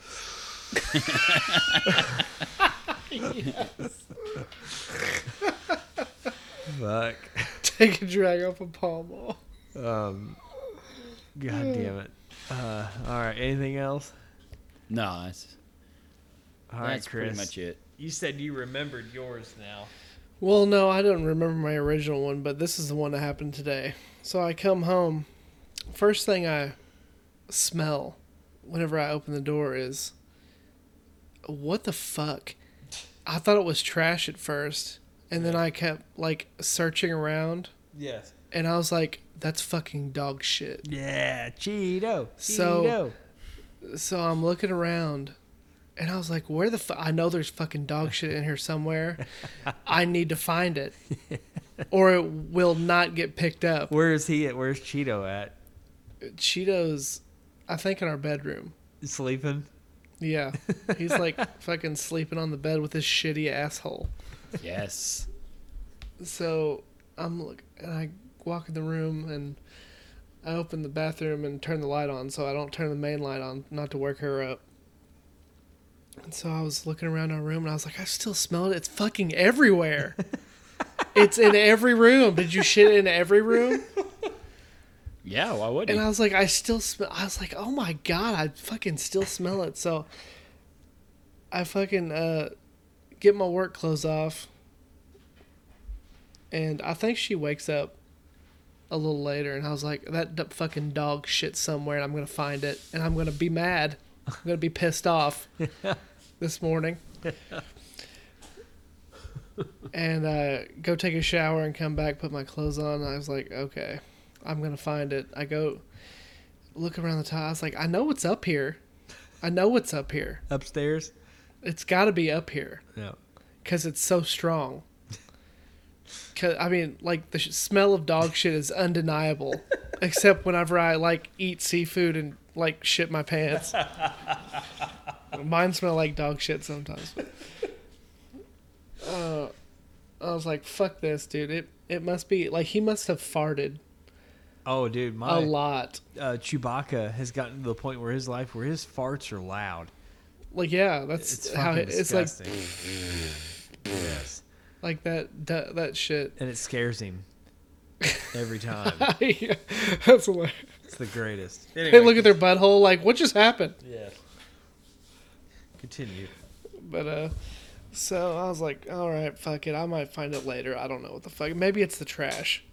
A: Fuck.
C: Take a drag off a Pall Mall.
A: God damn it. Uh, all right. Anything else?
B: No, that's,
A: All right,
B: that's
A: Chris.
B: pretty much it.
A: You said you remembered yours now.
C: Well, no, I don't remember my original one, but this is the one that happened today. So I come home. First thing I smell whenever I open the door is what the fuck? I thought it was trash at first, and then I kept like searching around,
A: Yes.
C: and I was like, that's fucking dog shit.
A: Yeah, Cheeto.
C: So-
A: Cheeto.
C: So I'm looking around, and I was like, "Where the fuck? I know there's fucking dog shit in here somewhere. I need to find it, or it will not get picked up."
A: Where is he at? Where's Cheeto at?
C: Cheetos, I think in our bedroom.
A: Sleeping.
C: Yeah, he's like fucking sleeping on the bed with his shitty asshole.
B: Yes.
C: So I'm look, and I walk in the room, and I open the bathroom and turn the light on, so I don't turn the main light on, not to work her up. And so I was looking around our room, and I was like, I still smell it. It's fucking everywhere. it's in every room. Did you shit in every room?
B: Yeah. Why would
C: And I
B: not
C: was like, I still smell. I was like, oh my god, I fucking still smell it. So I fucking uh, get my work clothes off, and I think she wakes up a little later, and I was like, that d- fucking dog shit somewhere, and I'm gonna find it, and I'm gonna be mad. I'm gonna be pissed off this morning. and uh, go take a shower and come back, put my clothes on. And I was like, okay. I'm gonna find it. I go look around the top. I was like, I know what's up here. I know what's up here.
A: Upstairs?
C: It's got to be up here
A: No.
C: because it's so strong. Cause I mean, like the sh- smell of dog shit is undeniable, except whenever I like eat seafood and like shit my pants. Mine smell like dog shit sometimes. But, uh, I was like, fuck this, dude. It it must be like he must have farted
A: Oh, dude,
C: a
A: my
C: lot.
A: uh, Chewbacca has gotten to the point where his life, where his farts are loud.
C: Like yeah, that's
A: It's
C: how
A: fucking
C: it, it's like
A: disgusting. yes.
C: like that du- that shit. <laughs>
A: And it scares him every time.
C: that's hilarious.
A: it's the greatest.
C: They look at their butthole like what just happened.
A: Yeah. Continue.
C: But uh, so I was like, all right, fuck it. I might find it later. I don't know what the fuck. Maybe it's the trash.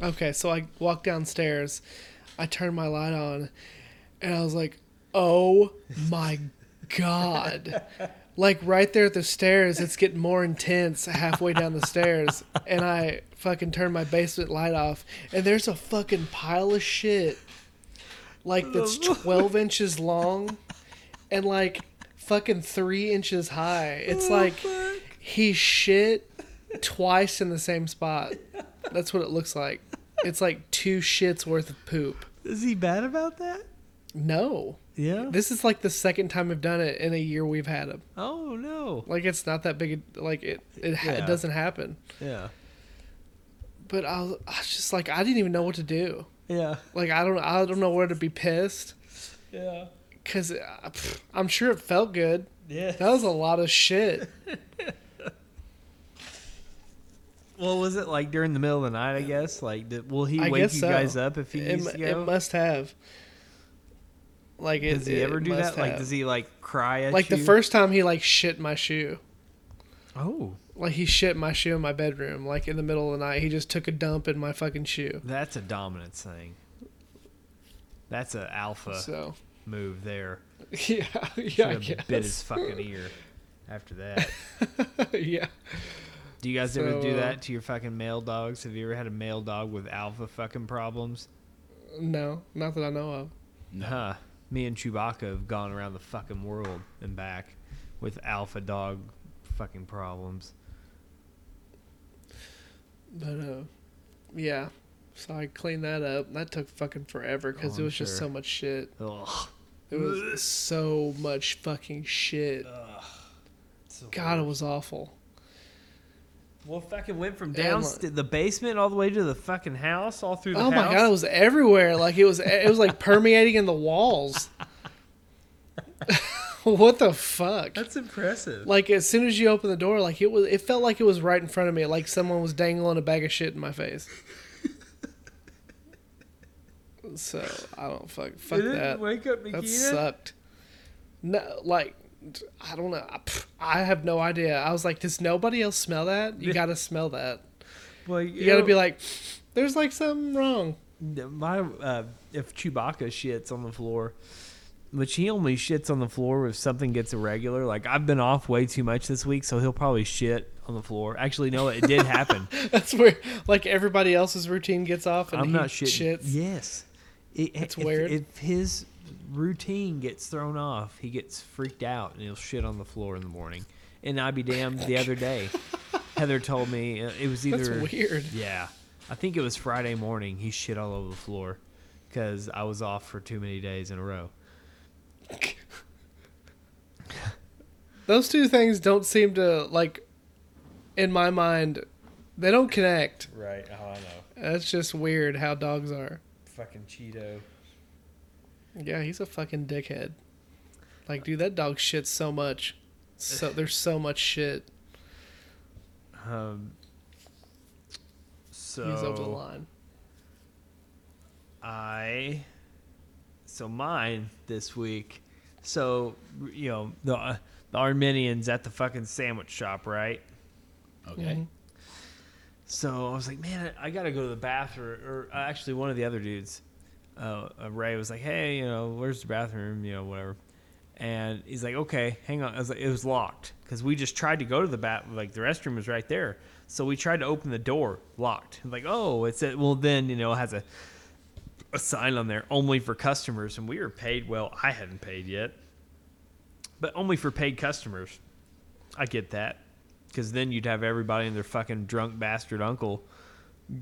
C: Okay, so I walk downstairs. I turn my light on, and I was like, oh my god. Like right there at the stairs, it's getting more intense halfway down the stairs, and I fucking turn my basement light off, and there's a fucking pile of shit, like that's twelve inches long, and like fucking three inches high. It's like he shit twice in the same spot. That's what it looks like. It's like two shits worth of poop.
A: Is he bad about that?
C: No.
A: Yeah.
C: This is like the second time we've done it in a year we've had them.
A: oh no.
C: Like it's not that big. a- Like it, it, ha
A: Yeah.
C: it doesn't happen.
A: Yeah.
C: But I was, I was just like, I didn't even know what to do.
A: Yeah.
C: Like I don't I don't know where to be pissed
A: Yeah.
C: because I'm sure it felt good.
A: Yeah.
C: That was a lot of shit.
A: Well, was it like during the middle of the night? I guess. Like, did, will he
C: I
A: wake
C: guess
A: you
C: so.
A: guys up if he
C: It,
A: needs
C: mu-
A: to
C: it
A: go?
C: must have. Like it,
A: does he
C: it
A: ever do
C: must
A: that? Like,
C: have.
A: does he like cry at
C: like
A: you?
C: the first time he like shit my shoe.
A: Oh,
C: Like he shit my shoe in my bedroom. Like in the middle of the night, he just took a dump in my fucking shoe.
A: that's a dominance thing. That's an alpha
C: So <laughs>
A: move there.
C: yeah, yeah, I
A: Should have bit his
C: guess.
A: fucking ear. After that,
C: <laughs> yeah.
A: do you guys ever
C: So,
A: do
C: uh,
A: that to your fucking male dogs? Have you ever had a male dog with alpha fucking problems?
C: No, not that I know of.
A: Huh. Me and Chewbacca have gone around the fucking world and back with alpha dog fucking problems.
C: But uh, yeah. So I cleaned that up. That took fucking forever
A: Oh,
C: because it
A: I'm
C: was just
A: sure.
C: so much shit.
A: Ugh.
C: It was so much fucking shit. God, it was awful.
A: Well, fucking went from
C: Yeah,
A: down
C: like-
A: the basement all the way to the fucking house, all through the
C: Oh
A: house.
C: my god, it was everywhere. Like it was, it was like permeating in the walls. <laughs> what the fuck?
A: That's impressive.
C: Like as soon as you open the door, like it was, it felt like it was right in front of me. Like someone was dangling a bag of shit in my face. so I don't fuck fuck that.
A: wake up
C: That sucked. No, like I don't know. I, pff, I have no idea. I was like, does nobody else smell that? You gotta smell that.
A: Like,
C: You gotta be like, there's like something wrong.
A: my uh, if Chewbacca shits on the floor, which he only shits on the floor if something gets irregular. Like I've been off way too much this week, so he'll probably shit on the floor. Actually, no, it did
C: <laughs>
A: happen.
C: That's where like everybody else's routine gets off, and
A: I'm
C: he
A: not shitting.
C: shits.
A: Yes, it,
C: That's
A: if,
C: weird.
A: If his routine gets thrown off, he gets freaked out and he'll shit on the floor in the morning. And I'd be damned. The other
C: <laughs>
A: day, Heather told me uh, it was either
C: That's weird.
A: Yeah, I think it was Friday morning. He shit all over the floor because I was off for too many days in a row.
C: Those two things don't seem to like, in my mind, they don't connect.
A: Right. Oh, I know.
C: That's just weird how dogs are.
A: Fucking Cheeto.
C: Yeah, he's a fucking dickhead. Like, dude, that dog shits so much.
A: <sighs>
C: So there's so much shit.
A: Um. So
C: He's over the line.
A: I so mine this week. So you know the the Armenians at the fucking sandwich shop, right?
B: Okay.
A: So I was like, man, I gotta go to the bathroom. Or uh, actually, one of the other dudes, uh, uh, Ray, was like, hey, you know, where's the bathroom? You know, whatever. And he's like, okay, hang on. I was like, it was locked because we just tried to go to the bath. Like the restroom was right there, so we tried to open the door, locked. like, oh, it's a, well, then you know, it has a a sign on there only for customers, and we were paid. Well, I hadn't paid yet, but only for paid customers. I get that because then you'd have everybody and their fucking drunk bastard uncle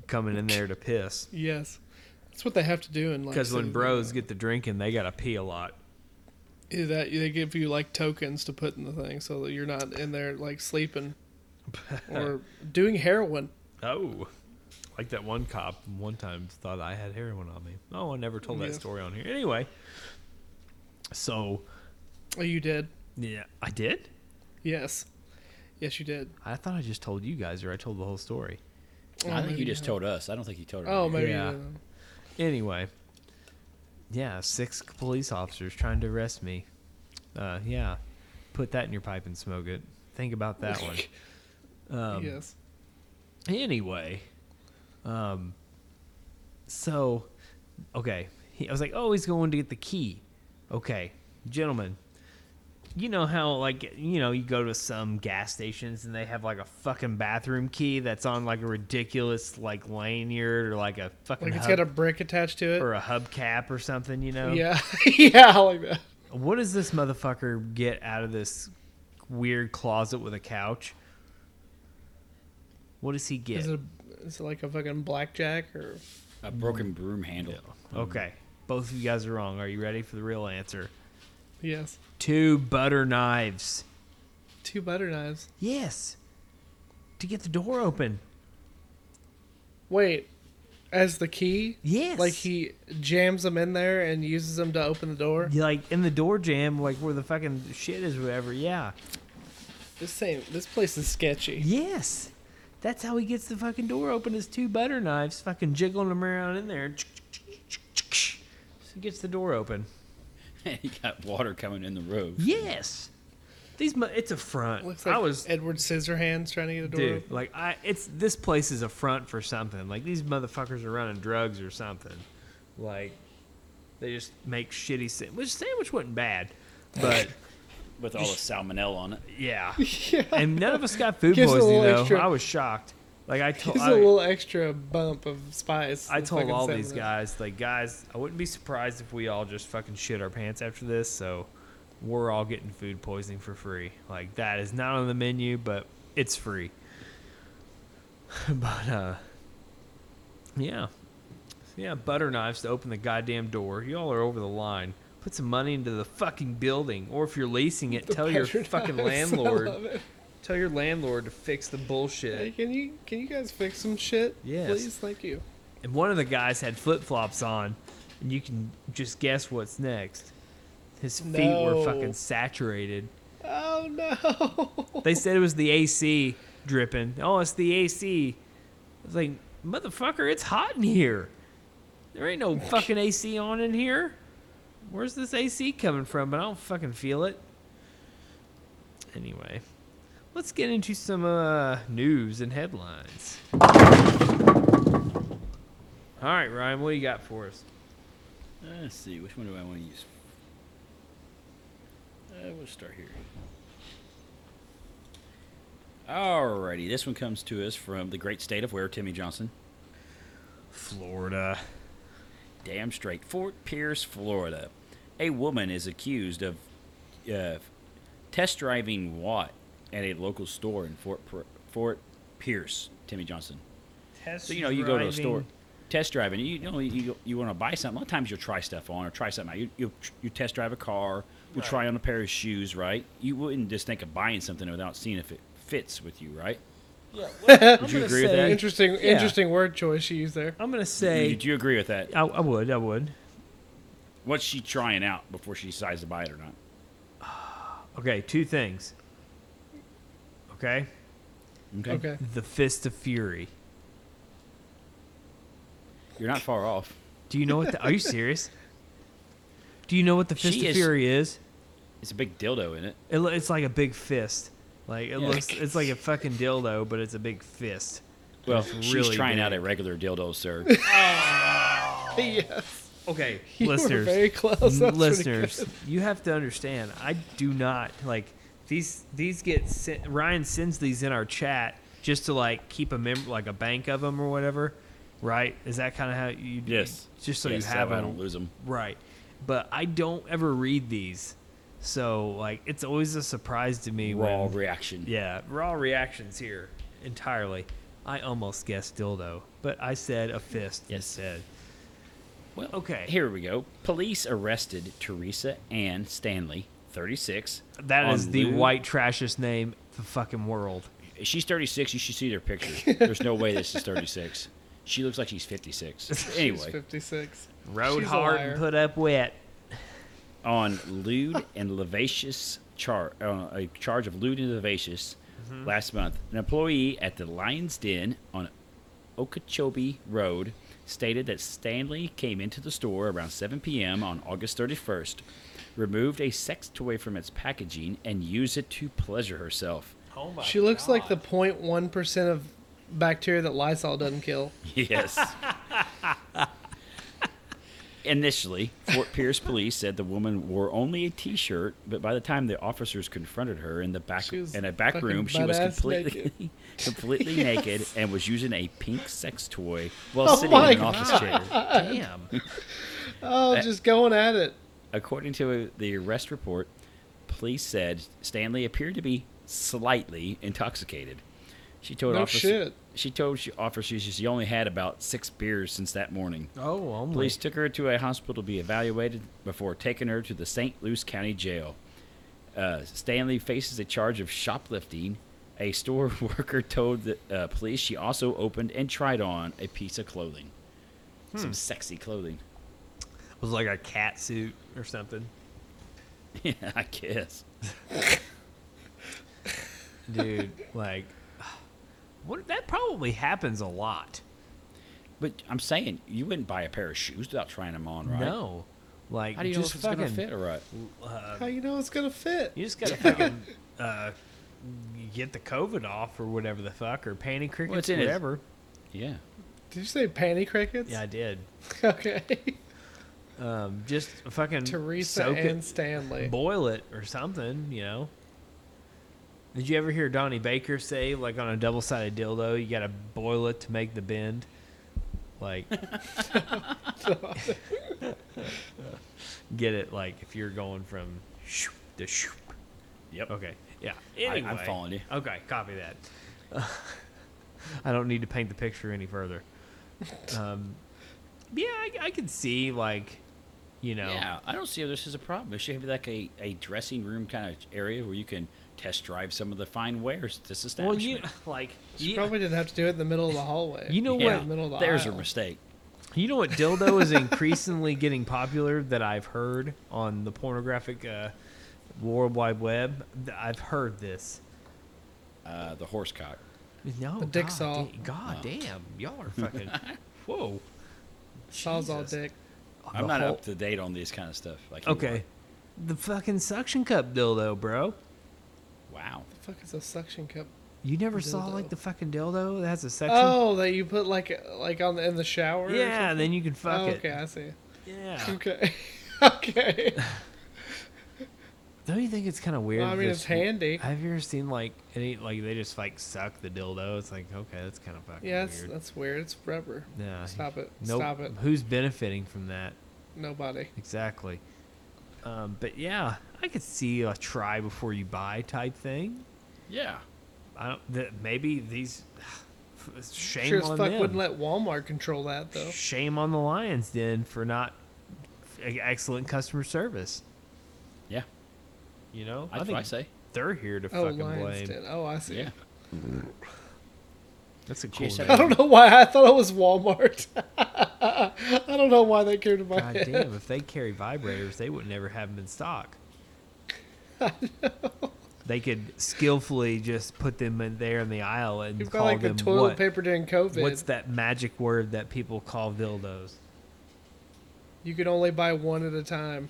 A: coming in there to piss.
C: Yes, that's what they have to do in like.
A: Because when
C: cities.
A: bros get to drinking, they gotta pee a lot.
C: Yeah, that they give you like tokens to put in the thing so that you're not in there
A: <laughs>
C: like sleeping or doing heroin.
A: Oh, like that one cop one time thought I had heroin on me. Oh, I never told that
C: Yes.
A: story on here. Anyway, so
C: Oh, you did.
A: yeah, I did.
C: Yes. Yes, you did.
A: I thought I just told you guys, or I told the whole story.
C: Oh,
B: I think
C: maybe
B: you just
C: not.
B: told us. I don't think you told her.
C: Oh, maybe.
A: Yeah. Um,
C: You didn't.
A: Anyway, yeah, six police officers trying to arrest me. Uh, yeah, put that in your pipe and smoke it. Think about that one. Um,
C: uh, yes.
A: Anyway, um, so okay, he, I was like, oh, he's going to get the key. Okay, gentlemen, you know how like you know you go to some gas stations and they have like a fucking bathroom key that's on like a ridiculous like lanyard or like a fucking
C: Like it's
A: hub-
C: got a brick attached to it.
A: or a hubcap or something, you know?
C: yeah. <laughs> yeah, I like that.
A: What does this motherfucker get out of this weird closet with a couch? What does he get?
C: Is it, a, is it like a fucking blackjack or?
B: A broken broom handle. <laughs>
A: Mm. okay. Both of you guys are wrong. Are you ready for the real answer?
C: Yes.
A: Two butter knives.
C: Two butter knives.
A: Yes. To get the door open.
C: Wait. as the key.
A: Yes.
C: Like he jams them in there and uses them to open the door.
A: Yeah, like in the door jam, like where the fucking shit is, or whatever. Yeah.
C: This same this place is sketchy.
A: Yes. That's how he gets the fucking door open. Is two butter knives, fucking jiggling them around in there. So he gets the door open.
B: you got water coming in the roof.
A: Yes. These, mu- it's a front.
C: Looks like
A: I was,
C: Edward Scissorhands trying to get a door.
A: dude, <laughs>
C: open.
A: like I, it's this place is a front for something. Like these motherfuckers are running drugs or something. Like they just make shitty sandwich. Which sandwich wasn't bad,
C: <laughs>
A: but
B: With all the salmonella on it.
A: yeah. And none of us got food
C: Gives it a
A: poisoning
C: little
A: though.
C: extra-
A: I was shocked. Like I told,
C: Gives it
A: I,
C: a little extra bump of spice.
A: I
C: The
A: told
C: fucking
A: all these
C: salmon.
A: guys, like, guys, I wouldn't be surprised if we all just fucking shit our pants after this. So we're all getting food poisoning for free. Like, that is not on the menu, but it's free. <laughs> but, uh, yeah. Yeah, butter knives to open the goddamn door. Y'all are over the line. Put some money into the fucking building. Or if you're leasing it,
C: The
A: tell your
C: butter
A: fucking
C: knives. I love
A: landlord.
C: it.
A: Tell your landlord to fix the
C: Hey,
A: bullshit.
C: can you can you guys fix some shit?
A: Yes.
C: Please, thank you.
A: and one of the guys had flip flops on, and you can just guess what's next. His feet were
C: No.
A: fucking saturated.
C: Oh no.
A: They said it was the AC dripping. Oh, it's the AC. I was like, motherfucker, it's hot in here. There ain't no fucking AC on in here. Where's this AC coming from? But I don't fucking feel it. Anyway, let's get into some uh, news and headlines. All right, Ryan, what do you got for us?
B: Let's see, which one do I want to use? Uh, we'll start here. Alrighty, this one comes to us from the great state of where, Timmy Johnson?
A: Florida.
B: Damn straight. Fort Pierce, Florida. A woman is accused of uh, test driving Watt at a local store in Fort, Pr- Fort Pierce, Timmy Johnson. So, you know, you go to a store, test driving. You know, you, you, you want to buy something. A lot of times you'll try stuff on or try something out. You, you, you test drive a car, you
A: Right.
B: try on a pair of shoes, right? You wouldn't just think of buying something without seeing if it fits with you, right?
A: Yeah, well,
B: Would you agree with that?
C: Interesting
A: Yeah.
C: interesting word choice you used there.
A: I'm gonna say
B: Did you agree with that?
A: I, I would, I would.
B: What's she trying out before she decides to buy it or not?
A: Okay, two things. Okay, <laughs>
C: Okay. <laughs>
A: the Fist of Fury.
B: You're not far off.
A: Do you know what? The, are you serious? Do you know what the Fist
B: She
A: of
B: is-
A: Fury is?
B: It's a big dildo in it.
A: It, lo- it's like a big fist. Like it
B: Yeah.
A: looks, it's like a fucking dildo, but it's a big fist.
B: Well,
A: It's
B: she's
A: really
B: trying out
A: big.
B: a regular
A: <laughs>
B: dildo, sir.
C: Yes. <laughs>
A: Okay,
C: You
A: listeners,
C: were very close. That was pretty
A: listeners, you have to understand. I do not like these. These get sent, Ryan sends these in our chat just to like keep a mem- like a bank of them or whatever. Right? Is that kind of how you?
B: Yes.
A: Just so
B: Yes,
A: you have
B: that way I
A: them.
B: don't lose them.
A: Right. But I don't ever read these, so like it's always a surprise to me.
B: Raw
A: when,
B: reaction.
A: yeah, raw reactions here entirely. I almost guessed dildo, but I said a fist
B: Yes.
A: instead.
B: Well,
A: Okay.
B: Here we go. Police arrested Teresa Ann Stanley, 36.
A: That
B: on
A: is the
B: lewd-
A: white trashest name the fucking world.
B: She's 36. You should see their picture. There's no way this is 36. She looks like
A: <laughs>
B: she's 56.
C: She was
B: Anyway,
C: 56.
A: Rode
C: She's a
A: hard
C: liar.
A: and put up wet.
B: on lewd and lascivious char on a charge of lewd and lascivious last month, an employee at the Lion's Den on Okeechobee Road stated that Stanley came into the store around 7 p.m. on August 31st, removed a sex toy from its packaging, and used it to pleasure herself.
A: Oh my
C: She looks like the 0.1% of bacteria that Lysol
A: <laughs>
C: doesn't kill.
B: <laughs> Yes. Initially, Fort Pierce police said the woman wore only a T-shirt, but by the time the officers confronted her in the back
C: She was
B: in a back room,
C: fucking
B: she was
C: butt-ass
B: completely <laughs>
C: <laughs>
B: completely naked and was using a pink sex toy while
C: Oh
B: sitting in
C: my
B: an office chair.
A: <laughs> damn.
C: Oh,
A: Eh.
C: just going at it.
B: According to the arrest report, police said Stanley appeared to be slightly intoxicated. She told
C: No
B: officers
C: shit.
B: she told she- officers she only had about six beers since that morning.
A: Oh, oh my.
B: Police took her to a hospital to be evaluated before taking her to the St. Louis County Jail. Uh, Stanley faces a charge of shoplifting. A <laughs> store worker told the uh, police she also opened and tried on a piece of clothing. some sexy clothing. <laughs>
A: It was like a cat suit or something.
B: yeah, I guess.
A: Dude, <laughs> like <sighs> what that probably happens a lot.
B: But I'm saying you wouldn't buy a pair of shoes without trying them on, right?
A: No. Like
B: How do you know
A: just
B: if it's
A: fucking
B: gonna fit or right?
A: uh,
C: How you know it's gonna fit?
A: you just gotta fucking <laughs> uh, get the COVID off or whatever the fuck or panty crickets
B: it's in his-
A: whatever.
B: Yeah.
C: Did you say panty crickets?
A: Yeah, I did.
C: <laughs> Okay.
A: <laughs> Um, just fucking
C: Teresa
A: soak
C: and
A: it,
C: Stanley.
A: boil it or something. You know. Did you ever hear Donnie Baker say, like on a double-sided dildo, you gotta boil it to make the bend? Like,
B: <laughs>
A: <laughs> get it? Like if you're going from shoop to shoop.
B: Yep.
A: Okay. Yeah.
B: I- I'm
A: Anyway.
B: following you.
A: Okay. Copy that. <laughs> I don't need to paint the picture any further. Um, yeah, I, I can see like, you know,
B: Yeah, I don't see how this is a problem. It should have like a, a dressing room kind of area where you can test drive some of the fine wares at this
A: well,
B: establishment.
C: <laughs>
A: you <laughs> like,
C: She
A: you,
C: probably didn't have to do it in the middle of the hallway.
A: You know
C: Or
B: yeah,
A: what?
C: The middle of the
B: there's
C: aisle.
B: a mistake.
A: you know what dildo is increasingly getting popular that I've heard on the pornographic uh, World Wide Web. Th- I've heard this.
B: Uh, the horse cock.
A: No,
C: The dick
A: God,
C: saw.
A: da-
B: Oh.
A: God damn, y'all
B: <laughs>
A: are fucking. Whoa.
C: Saw's all
A: Jesus.
C: dick.
B: I'm
A: The
B: not
A: whole-
B: up to date on this kind of stuff. Like you
A: Okay. The fucking suction cup dildo, bro.
B: are. Wow.
C: The fuck is a suction cup?
A: You never saw
C: Dildo.
A: like the fucking dildo that has a section.
C: Oh, that you put like like on the, in the shower. or
A: yeah,
C: something?
A: then you can fuck
C: oh,
A: it.
C: okay,
A: <laughs>
C: I see.
A: Yeah.
C: Okay. <laughs> okay.
A: Don't you think it's kind of weird?
C: Well, I mean,
A: that
C: it's handy.
A: Have you ever seen like any like they just like suck the dildo? It's like okay, that's kind of fucking
C: Yeah, that's,
A: weird.
C: that's weird. It's rubber.
A: Nah,
C: Stop it.
A: nope.
C: Stop it.
A: Who's benefiting from that
C: Nobody.
A: exactly? Um, but yeah, I could see a try before you buy type thing.
B: Yeah.
A: I don't. Th- maybe these. <sighs> Shame
C: sure as
A: on
C: fuck
A: them.
C: wouldn't let Walmart control that though.
A: Shame on the Lions then for not e- excellent customer service.
B: Yeah.
A: You know,
B: That's what I say.
A: they're here to
C: Oh,
A: fucking
C: Lions
A: blame.
C: did. Oh, I see.
B: Yeah.
A: That's a cool
B: Jeez,
A: name.
B: I
C: <laughs> I don't know why I thought it was Walmart. <laughs> I don't know why that came to my
A: God
C: head. <laughs>
A: damn, if they carry vibrators, they would never have them in stock. They could skillfully just put them in there in the aisle and
C: You've got
A: call
C: like the
A: them
C: toilet
A: what?
C: paper during COVID.
A: What's that magic word that people call dildos?
C: You can only buy one at a time.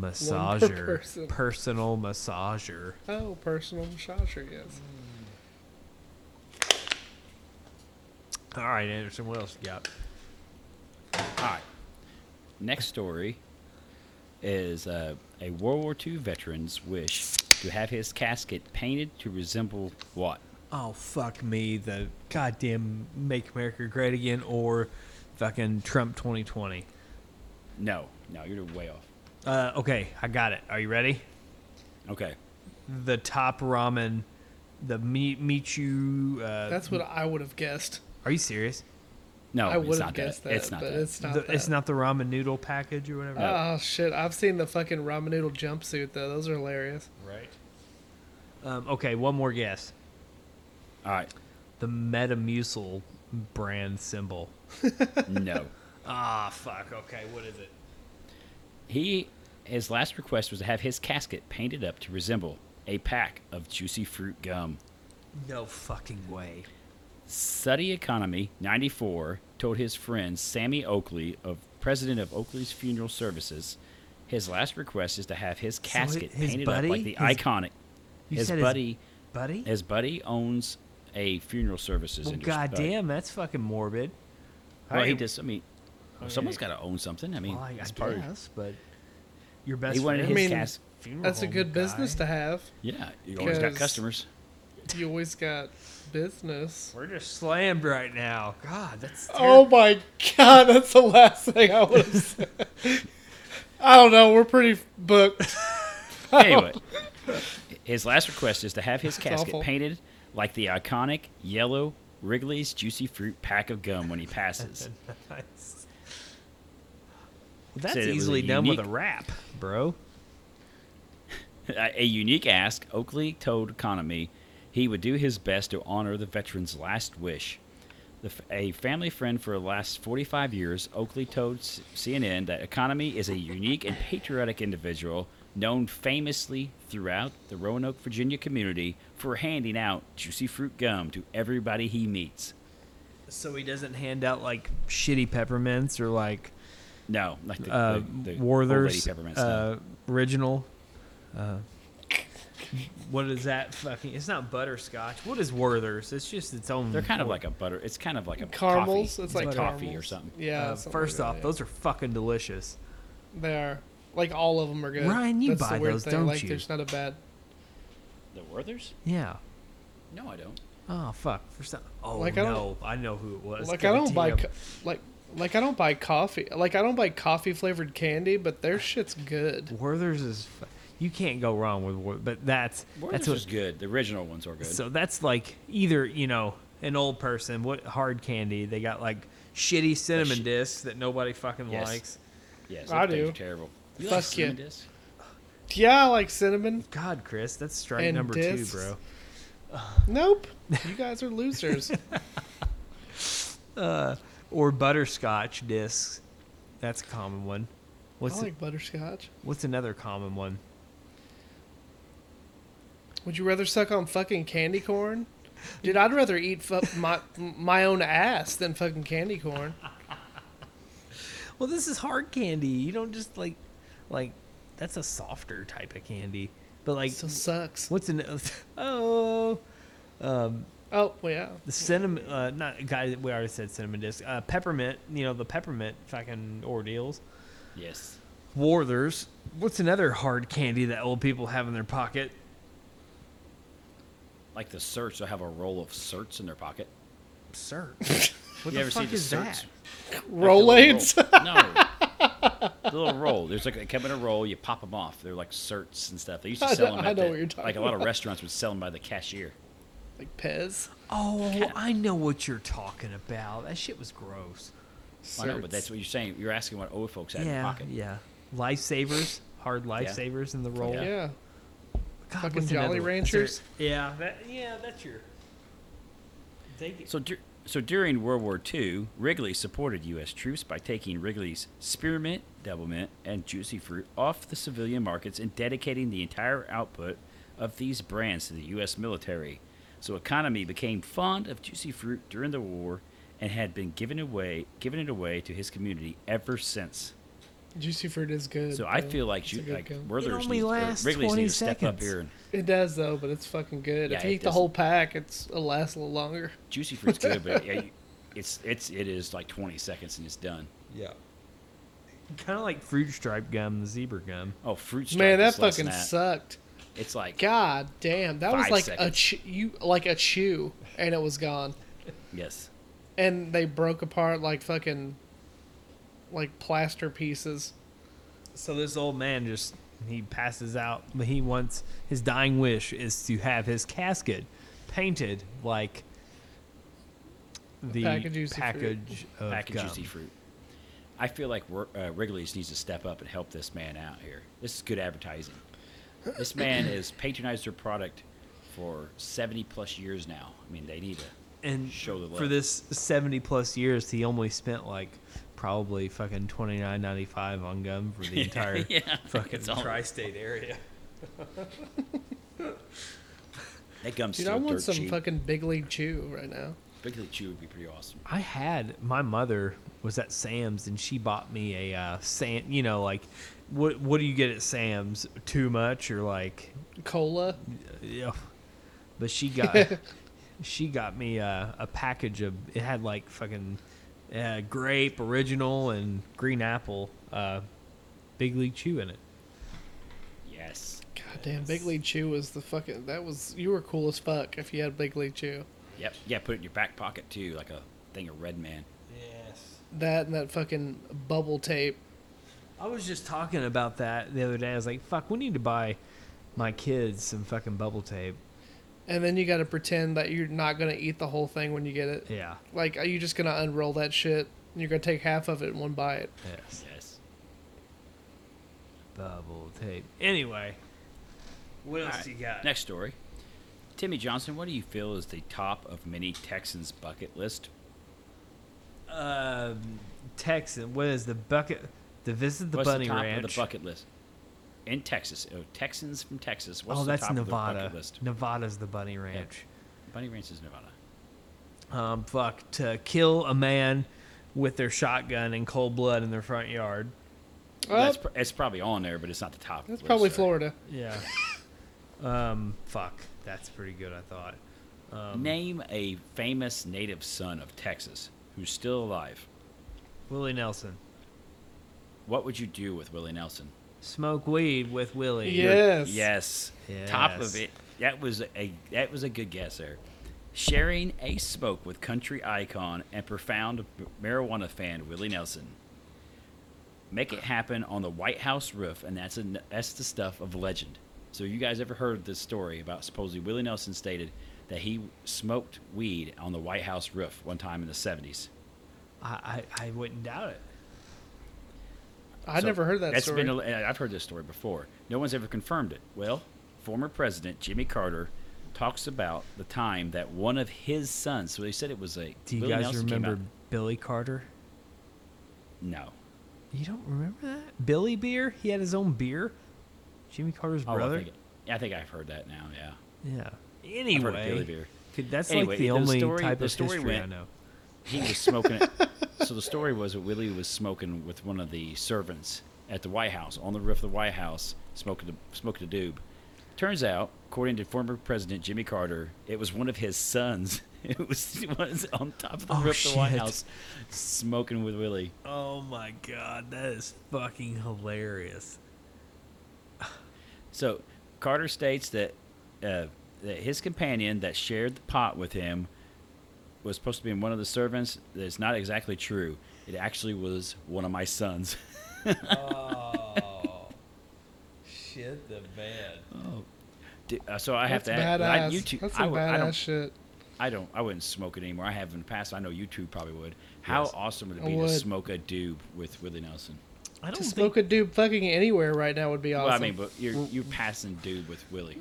A: Massager,
C: person.
A: personal massager.
C: Oh, personal massager, yes.
A: All right, Anderson, what else you got?
B: All right. Next story is uh, a World War II veteran's wish to have his casket painted to resemble what?
A: Oh fuck me, the goddamn Make America Great Again or fucking Trump 2020.
B: No, no, you're way off.
A: Uh, okay, I got it. Are you ready?
B: Okay.
A: The top ramen, the mi- Michu. Uh,
C: That's what I would have guessed.
A: Are you serious?
B: No,
C: I
B: it's
C: would
B: not
C: have
B: that.
C: guessed that,
B: It's not
C: but
B: that.
C: it's not
A: The-
C: that.
A: it's not the ramen noodle package or whatever.
C: Oh shit! I've seen the fucking ramen noodle jumpsuit though. Those are hilarious.
A: Right. Um, okay, one more guess.
B: All right. <laughs>
A: The Metamucil brand symbol.
B: No.
A: Ah, fuck. Okay, what is it?
B: He his last request was to have his casket painted up to resemble a pack of juicy fruit gum.
A: No fucking way.
B: Study Economy 94 told his friend Sammy Oakley, of president of Oakley's Funeral Services, his last request is to have his casket
A: his
B: painted
A: buddy-
B: up like the
A: his-
B: iconic.
A: You
B: his
A: said his
B: buddy,
A: Buddy?
B: his, buddy owns a funeral services
A: well,
B: industry. uh,
A: goddamn, that's fucking morbid.
B: Well, he
A: Alright.
B: just. I mean,
A: Okay.
B: someone's got to own something. I mean,
A: Oh, Well, I, I
B: it's part of-
A: guess, but your best
B: He wanted
A: friend-
B: his
C: mean,
B: casket.
A: funeral
C: That's a
A: home
C: good business
A: guy.
C: to have.
B: Yeah, you always got
C: Because-
B: customers.
C: You always got business.
A: We're just slammed right now. God, that's
C: Oh
A: terrible.
C: my god, <laughs> that's the last thing I would have said. I don't know. We're pretty booked.
B: anyway, his last request is to have his casket
C: awful.
B: painted like the iconic yellow Wrigley's juicy fruit pack of gum when he passes.
A: Nice. Well, that's
B: Said it was a
A: easily done with a
B: unique-
A: rap, bro.
B: a unique ask, Oakley told Economy he would do his best to honor the veteran's last wish. The, f- a family friend for the last 45 years, Oakley told C- CNN that Economy is a unique and patriotic individual known famously throughout the Roanoke, Virginia community for handing out juicy fruit gum to everybody he meets.
A: So he doesn't hand out like shitty peppermints or like
B: No, like the,
A: uh,
B: the, the old lady
A: Werther's
B: peppermints. no.
A: uh, original. Uh, what is that fucking? It's not butterscotch. What is Werther's? It's just its own. uh,
B: They're kind of like a butter. It's kind of like a
C: Caramels.
B: Coffee.
C: It's like
B: coffee or
C: caramels.
B: something.
C: Yeah.
A: Uh,
C: something
A: first
C: like that,
A: off,
C: yeah.
A: those are fucking delicious.
C: they are like all of them are good.
A: Ryan, you
C: That's
A: buy
C: the weird
A: those,
C: thing.
A: don't
C: like,
A: you?
C: There's not a bad.
B: The Werthers?
A: Yeah.
B: No, I don't.
A: Oh fuck! For some. Oh
C: Like, I don't-
A: no! I, know who it was.
C: like I don't
A: Guarantee
C: buy
A: him.
C: co- like like I don't buy coffee. Like I don't buy coffee flavored candy, but their shit's good.
A: Werther's is. fu- You can't go wrong with Werther, but that's
B: Werthers
A: that's
B: was
A: what.
B: good. The original ones were good.
A: So that's like either you know an old person what hard candy they got like shitty cinnamon
B: shi-
A: discs that nobody fucking
B: Yes.
A: likes.
B: yes,
C: I
B: those things
C: do.
B: are terrible.
C: Fuck
B: cinnamon
C: yeah.
B: discs?
C: Yeah, I like cinnamon.
A: God, Chris, that's strike
C: And
A: number
C: discs.
A: two, bro.
C: Nope. You guys
B: <laughs>
C: are losers.
A: Or butterscotch discs. That's a common one.
C: I
A: What's
C: like butterscotch.
A: what's another common one?
C: Would you rather suck on fucking candy corn? Dude, I'd rather eat fu- my my own ass than fucking candy corn.
A: Well, this is hard candy. You don't just like like that's a softer type of candy. But like
C: So sucks.
A: what's an <laughs> oh
C: Oh, well, yeah.
A: the cinnamon uh, not guy we already said cinnamon disc uh, peppermint you know the peppermint fucking ordeals
B: Yes.
A: Warthers. What's another hard candy that old people have in their pocket?
B: Like the certs, they'll have a roll of certs in their pocket.
A: Cert.
B: You
A: <laughs> What the
B: ever see
A: fuck
B: the
A: is that?
B: certs?
C: Rolades.
B: Like the little roll.
C: <laughs>
B: No. the little roll. There's like they come in a roll. You pop them off. They're like certs and stuff. They used to
C: I
B: sell
C: know-
B: them.
C: I
B: at
C: know
B: the-
C: what you're talking
B: Like a lot of
C: about.
B: restaurants would sell them by the cashier.
C: <laughs> like Pez.
A: Oh, I know what you're talking about. That shit was gross.
B: I know, but that's what you're saying. You're asking what old folks had in their
A: yeah,
B: pocket.
A: yeah. Lifesavers, hard lifesavers in the roll.
B: Yeah.
C: Yeah.
A: God,
C: Fucking
A: what's
C: Jolly
A: another one? Is
C: Ranchers.
A: there- yeah, that, yeah, that's your. They get,
B: So, dur- so during World War II, Wrigley supported U.S. troops by taking Wrigley's spearmint, doublemint, and juicy fruit off the civilian markets and dedicating the entire output of these brands to the U.S. military. So, economy became fond of juicy fruit during the war and had been given away, giving it away to his community ever since.
C: Juicy fruit is good.
B: So, I
C: though.
B: feel like,
C: It's
B: ju-
C: a good
B: like
C: gum.
B: Werther's
A: only
B: needs- or
A: lasts
B: Wrigley's
A: 20
B: need to step up
A: seconds.
B: here. And
C: It does though, but it's fucking good.
B: Yeah,
C: if you
B: it
C: eat the whole
B: doesn't-
C: pack, it's it'll last a little longer.
B: juicy fruit's good, but yeah, you- it's it's it is like 20 seconds and it's done.
A: yeah. Kind of like fruit stripe gum, the zebra gum.
B: Oh, fruit
C: Man,
B: Stripe
C: that
B: is less
C: fucking
B: than
C: sucked.
B: It's like
C: God damn, that was
B: Five
C: like a
B: seconds.
C: chew, you like a chew, and it was gone.
B: yes,
C: And they broke apart like fucking, like plaster pieces.
A: So this old man just he passes out. but He wants his dying wish is to have his casket painted like the
C: pack of juicy fruit.
A: package of
B: pack of
A: gum.
B: juicy fruit. I feel like Wer- uh, Wrigley's needs to step up and help this man out here. This is good advertising.
C: <coughs>
B: This man has patronized their product for 70 plus years now. I mean, they need to.
A: And
B: Show the
A: for
B: love.
A: this seventy plus years, he only spent like probably fucking twenty nine ninety five on gum for the entire
B: <laughs> yeah,
A: fucking
B: it's all-
A: tri state area.
B: That gum's
C: Dude,
B: still
C: I want
B: dirt
C: some
B: cheap.
C: fucking big league chew right now.
B: Wrigley Chew would be pretty awesome.
A: I had my mother was at Sam's and she bought me a uh, Sam. You know, like what what do you get at Sam's? Too much or like
C: Cola.
A: yeah. But she got she got me a, a package of it had like fucking uh, grape original and green apple uh, big league chew in it.
B: Yes.
C: God damn, big league chew was the fucking. That was you were cool as fuck if you had big league chew.
B: Yep. Yeah. Put it in your back pocket too, like a thing of Red Man.
A: Yes.
C: That and that fucking bubble tape.
A: I was just talking about that the other day. I was like, "Fuck, we need to buy my kids some fucking bubble tape."
C: And then you got to pretend that you're not gonna eat the whole thing when you get it.
A: Yeah.
C: Like, are you just gonna unroll that shit? And you're gonna take half of it in one bite.
A: Yes.
B: Yes.
A: Bubble tape. Anyway, what else
B: All right,
A: you got?
B: Next story. Timmy Johnson, what do you feel is the top of many Texans' bucket list?
A: Um, Texan. What is the bucket? To visit the
B: What's
A: bunny
B: the top
A: ranch.
B: of the bucket list? In Texas, oh, Texans from Texas. What's
A: oh,
B: the
A: that's
B: top of the
A: Nevada.
B: bucket list?
A: Nevada's the bunny ranch.
B: Bunny Ranch is Nevada.
A: Um, fuck to kill a man with their shotgun in cold blood in their front yard.
C: Well,
B: that's
C: that's,
B: pr- it's probably on there, but it's not the top. list,
C: probably
B: right?
C: Florida.
A: Yeah. <laughs> um, fuck. That's pretty good. I thought. Um,
B: Name a famous native son of Texas who's still alive.
A: Willie Nelson.
B: What would you do with Willie Nelson?
A: Smoke weed with Willie.
C: Yeah. Yes.
B: Yes. Top
A: Yes.
B: of it. That was a that was a good guess there. Sharing a smoke with country icon and profound marijuana fan Willie Nelson. Make it happen on the White House roof, and that's an that's the stuff of legend. So you guys ever heard this story about supposedly Willie Nelson stated that he smoked weed on the White House roof one time in the seventies.
A: I, I, I wouldn't doubt it.
C: I never heard that
B: That's
C: story.
B: been a, I've heard this story before. No one's ever confirmed it. Well, former President Jimmy Carter talks about the time that one of his sons. So they said it was a.
A: Do you
B: Willie
A: guys
B: Nelson came
A: remember
B: out-
A: Billy Carter?
B: No.
A: You don't remember that? Billy Beer? He had his own beer? Jimmy Carter's
B: Oh,
A: brother?
B: I think, yeah, I think I've heard that now. Yeah.
A: yeah.
B: I've heard of
A: Anyway.
B: Billy Beer.
A: Could- that's
B: Anyway,
A: like the
B: the
A: only
B: story-
A: type
B: the
A: of
B: story
A: history I
B: went-
A: know.
B: He was smoking it. So the story was that Willie was smoking with one of the servants at the White House on the roof of the White House, smoking the smoking a doob. Turns out, according to former President Jimmy Carter, it was one of his sons. <laughs> It was, it was on top of the
A: Oh,
B: roof of the White
A: shit.
B: House, smoking with Willie.
A: Oh my god, that is fucking hilarious.
B: So Carter states that, uh, that his companion that shared the pot with him was supposed to be one of the servants. That's not exactly true. It actually was one of my sons. <laughs>
A: Oh. <laughs> shit the bad.
B: Dude, uh, so I have
C: That's
B: to add, I,
C: badass.
B: you two-
C: That's
B: I,
C: some
B: would- I
C: badass
B: don't,
C: shit.
B: I don't, I wouldn't smoke it anymore. I have in the past. I know you two probably would. How
A: Yes.
B: awesome would it
C: I
B: be to
C: would.
B: smoke a dube with Willie Nelson?
A: I don't
C: To
A: think
C: smoke a dude fucking anywhere right now would be awesome.
B: Well, I mean, but you're you passing dube with
C: <laughs>
B: Willie.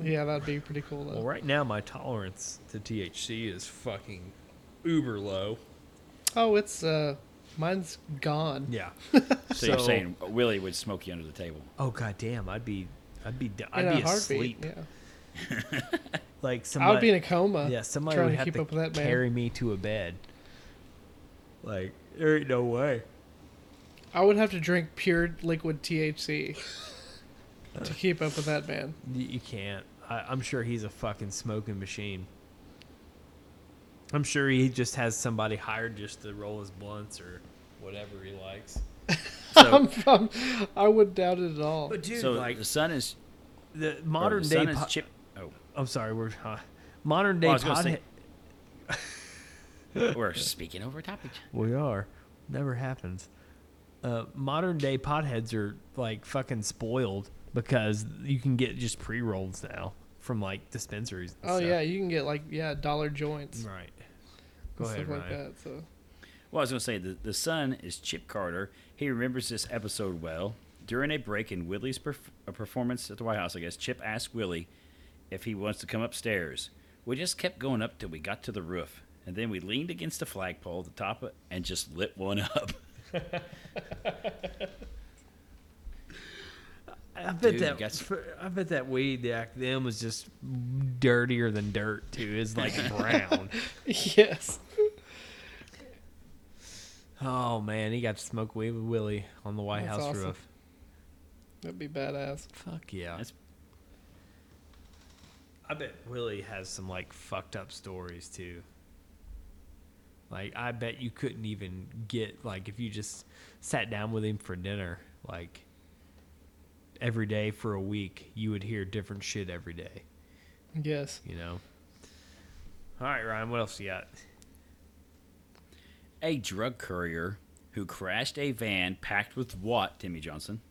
C: yeah, that'd be pretty cool. Though.
A: well, right now my tolerance to THC is fucking uber low.
C: Oh, it's uh, mine's gone.
A: Yeah.
B: So, you're saying Willie would smoke you under the table?
A: Oh god damn, I'd be I'd be d-
C: In
A: I'd be
C: a heartbeat.
A: asleep.
C: Yeah.
A: Like
C: I
A: somebody
C: would be in a coma.
A: Yeah, somebody
C: trying
A: would
C: to
A: have
C: keep
A: to
C: up with that man.
A: carry me to a bed. Like there ain't no way.
C: I would have to drink pure liquid THC to keep up with
B: <laughs>
C: that man.
A: Y- You can't. I, I'm sure he's a fucking smoking machine. I'm sure he just has somebody hired just to roll his blunts or whatever he likes.
B: So,
C: <laughs> I'm, I'm, I wouldn't doubt it at all.
A: But dude,
B: so
A: like
B: the son is
A: the
B: or
A: modern
B: the
A: day.
B: son is
A: po-
B: chip. Oh,
A: <laughs> I'm sorry, we're modern day
B: Well, I was gonna say-
A: podhead-
B: we're speaking over topic.
A: We are. Never happens. Uh, modern day potheads are like fucking spoiled because you can get just pre rolls now from like dispensaries. And
C: oh
A: stuff.
C: yeah, you can get like yeah dollar joints
A: Right. Go
C: and
A: ahead,
C: stuff like
A: Ryan.
C: that. So <laughs>
B: Well, I was going to say the, the son is Chip Carter. He remembers this episode well. During a break in Willie's perf- uh, performance at the White House, I guess, Chip asked Willie if he wants to come upstairs. We just kept going up till we got to the roof, and then we leaned against the flagpole at the top of, and just lit one <laughs> up.
A: I bet
B: Dude,
A: that
B: you got s-
A: I bet that weed back then was just dirtier than dirt too. It's like brown.
C: yes,
A: oh man, he got to smoke weed with Willie on the White
C: That's
A: House
C: awesome.
A: roof.
C: that'd be badass.
A: Fuck yeah.
B: That's-
A: I bet Willie has some like fucked up stories too. Like I bet you couldn't even get like if you just sat down with him for dinner like every day for a week, you would hear different shit every day,
C: Yes.
A: you know. All right, Ryan, what else you got?
B: A drug courier who crashed a van packed with what, Timmy Johnson?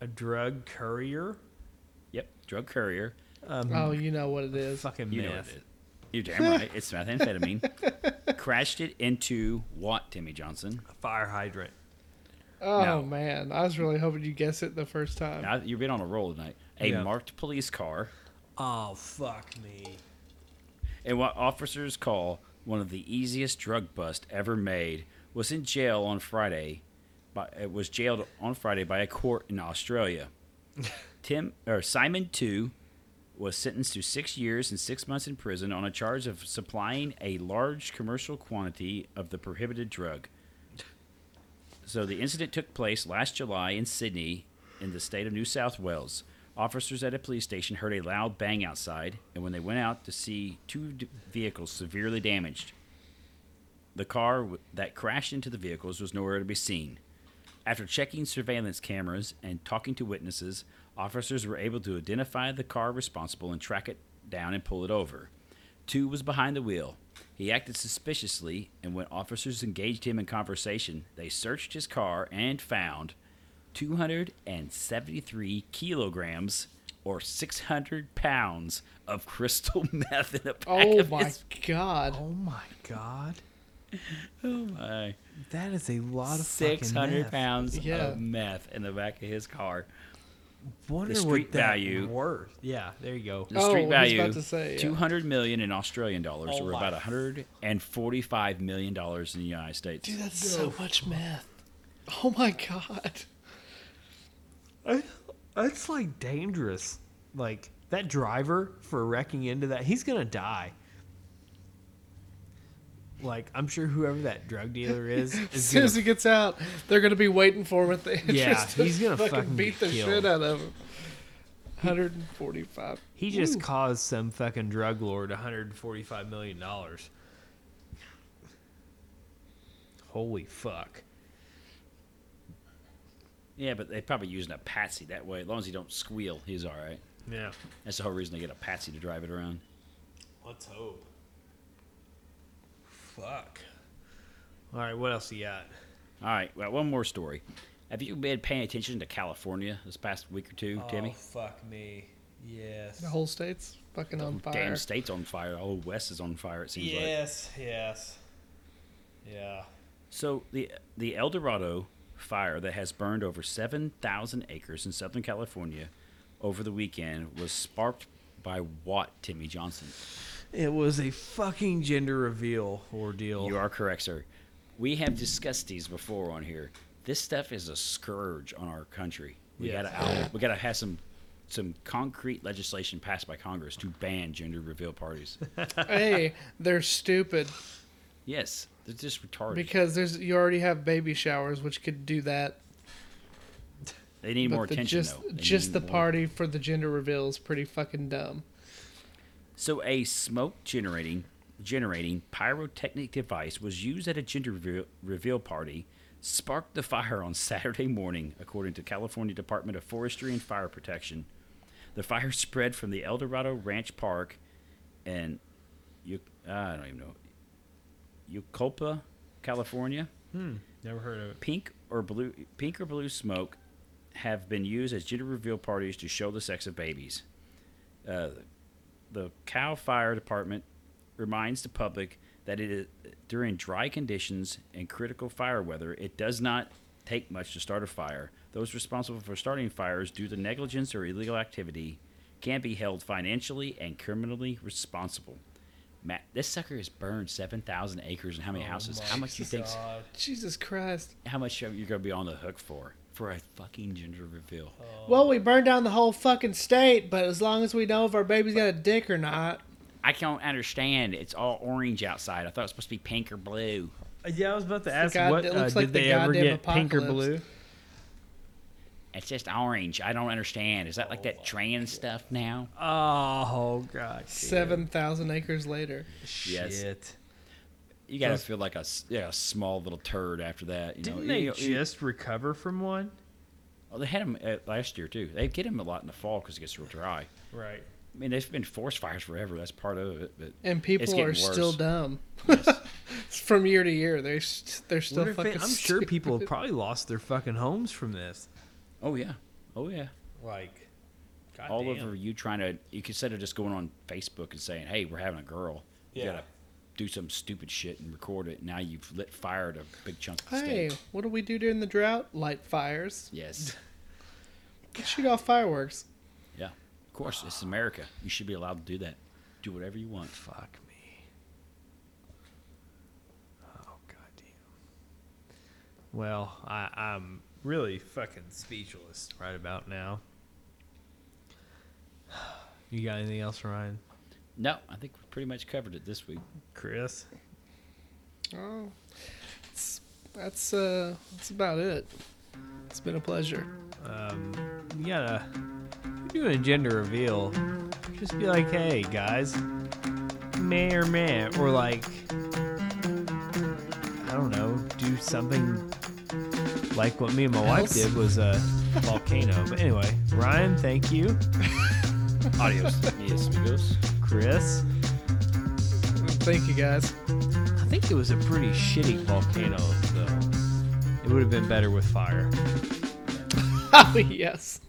A: A drug courier?
B: Yep, drug courier.
A: Mm-hmm.
C: oh, you know what it is.
A: Fucking
B: You
A: meth.
B: know what it is. You're damn right. It's methamphetamine. crashed it into what, Timmy Johnson?
A: A fire hydrant.
C: Oh
B: No.
C: man, I was really hoping you guess it the first time.
B: Now, you've been on a roll tonight. A
A: Yeah.
B: marked police car
A: Oh fuck me.
B: and what officers call one of the easiest drug busts ever made, was in jail on Friday. By, uh, was jailed on Friday by a court in Australia. Tim or Simon Two was sentenced to six years and six months in prison on a charge of supplying a large commercial quantity of the prohibited drug. So the incident took place last July in Sydney, in the state of New South Wales. Officers at a police station heard a loud bang outside, and when they went out to see two d- vehicles severely damaged, the car w- that crashed into the vehicles was nowhere to be seen. After checking surveillance cameras and talking to witnesses, officers were able to identify the car responsible and track it down and pull it over. Two was behind the wheel. He acted suspiciously, and when officers engaged him in conversation, they searched his car and found 273 kilograms or 600 pounds of crystal <laughs> meth in a pack
C: Oh
B: of
C: my
B: his-
C: god.
A: Oh my god,
B: Oh my.
A: that is a lot of fucking
B: 600
A: meth.
B: pounds
C: Yeah.
B: of meth in the back of his car.
A: Wonder
B: The
A: what
B: street
A: that
B: value.
A: worth? Yeah, there you go.
B: The
C: Oh,
B: street
C: I was
B: value,
C: about to say, yeah.
B: 200 million in Australian dollars,
A: Oh
B: or
A: my.
B: about 145 million dollars in the United States.
C: Dude, that's so much meth. Oh my god.
A: It's like dangerous. Like that driver for wrecking into that, he's gonna die. Like I'm sure whoever that drug <laughs> dealer is
C: <laughs> As
A: is
C: soon
A: gonna
C: as he gets out, they're gonna be waiting for him at the entrance.
A: Yeah,
C: to
A: he's gonna fucking
C: beat the
A: get
C: shit
A: killed.
C: out of him. 145.
A: He just caused some fucking drug lord 145 million dollars. Holy fuck.
B: Yeah, but they're probably using a patsy that way. As long as he don't squeal, he's all right.
A: Yeah.
B: That's the whole reason they get a patsy to drive it around.
A: Let's hope. Fuck. All right, what else you got?
B: All right, well, one more story. Have you been paying attention to California this past week or two,
A: Oh,
B: Timmy?
A: fuck me. Yes.
C: The whole state's fucking on fire.
B: Damn state's on fire. The whole West is on fire, it seems like.
A: yes, yes. Yeah.
B: So the the El Dorado fire that has burned over 7,000 acres in Southern California over the weekend was sparked by what, Timmy Johnson?
A: It was a fucking gender reveal ordeal.
B: You are correct, sir. We have discussed these before on here. This stuff is a scourge on our country. We
A: Yes.
B: gotta out, we gotta have some some concrete legislation passed by Congress to ban gender reveal <laughs> parties.
C: hey,
A: <laughs>
C: they're stupid
B: yes, they're just retarded.
C: because there's you already have baby showers, which could do that.
B: they need more
C: the,
B: attention
C: just
B: though. They
C: just
B: need
C: the
B: more-
C: party for the gender reveal is pretty fucking dumb.
B: So a smoke generating generating pyrotechnic device was used at a gender reveal, reveal party, sparked the fire on Saturday morning, according to California Department of Forestry and Fire Protection. The fire spread from the El Dorado Ranch Park and you I don't even know Yuculpa, California.
A: Never heard of it.
B: Pink or blue pink or blue smoke have been used as gender reveal parties to show the sex of babies Uh, the Cal Fire Department reminds the public that it is during dry conditions and critical fire weather, it does not take much to start a fire. Those responsible for starting fires due to negligence or illegal activity can be held financially and criminally responsible. Matt, this sucker has burned seven thousand acres and how many
A: Oh
B: houses? How much do you think?
C: Jesus Christ.
B: How much you're gonna be on the hook for for a fucking gender reveal?
C: Well, we burned down the whole fucking state, but as long as we know if our baby's got a dick or not,
B: I don't understand. It's all orange outside. I thought it was supposed to be pink or blue.
A: Uh, Yeah, I was about to
C: the
A: ask
C: god-
A: what
C: it looks
A: uh,
C: like
A: did
C: the
A: they ever
C: goddamn
A: get pink or
C: apocalypse.
A: blue?
B: It's just orange. I don't understand. Is that like that trans stuff now?
A: Oh god. dude.
C: seven thousand acres later.
B: Yes.
A: Shit.
B: You gotta
A: Those-
B: feel like a s- yeah, a small little turd after that. You know?
A: Didn't
B: You-
A: they
B: you-
A: just recover from one?
B: oh, they had them uh, last year too. They get them a lot in the fall because it gets real dry.
A: Right.
B: I mean, they've been forest fires forever. That's part of it. But
C: And people
B: it's
C: are
B: getting worse.
C: still dumb. <laughs> From year to year, they're s- they're still
A: Wonder if
C: fucking.
A: it- I'm sure
C: stupid.
A: people
C: <laughs>
A: have probably lost their fucking homes from this.
B: Oh yeah, oh yeah.
A: Like,
B: All over you trying to you could- instead of just going on Facebook and saying, "Hey, we're having a girl." You
A: Yeah.
B: gotta do some stupid shit and record it. Now you've lit fire to a big chunk of the
C: Hey,
B: state.
C: what do we do during the drought? Light fires.
B: Yes.
C: Shoot off fireworks.
B: Yeah, of course. It's America. You should be allowed to do that. Do whatever you want.
A: Fuck me. Oh, Well, I, I'm really fucking speechless right about now. <sighs> You got anything else, Ryan?
B: No, I think we pretty much covered it this week.
A: Chris?
C: Oh, it's, that's uh, that's about it. It's been a pleasure.
A: You gotta. If you're doing a gender reveal, just be like, hey, guys, meh or meh. Or like, I don't know, do something like what me and my wife
C: Else?
A: did was a volcano. But anyway, Ryan, thank you.
B: Adios. yes, amigos.
A: Chris?
C: Thank you guys.
A: I think it was a pretty shitty volcano, though. It would have been better with fire.
C: <laughs> Oh yes.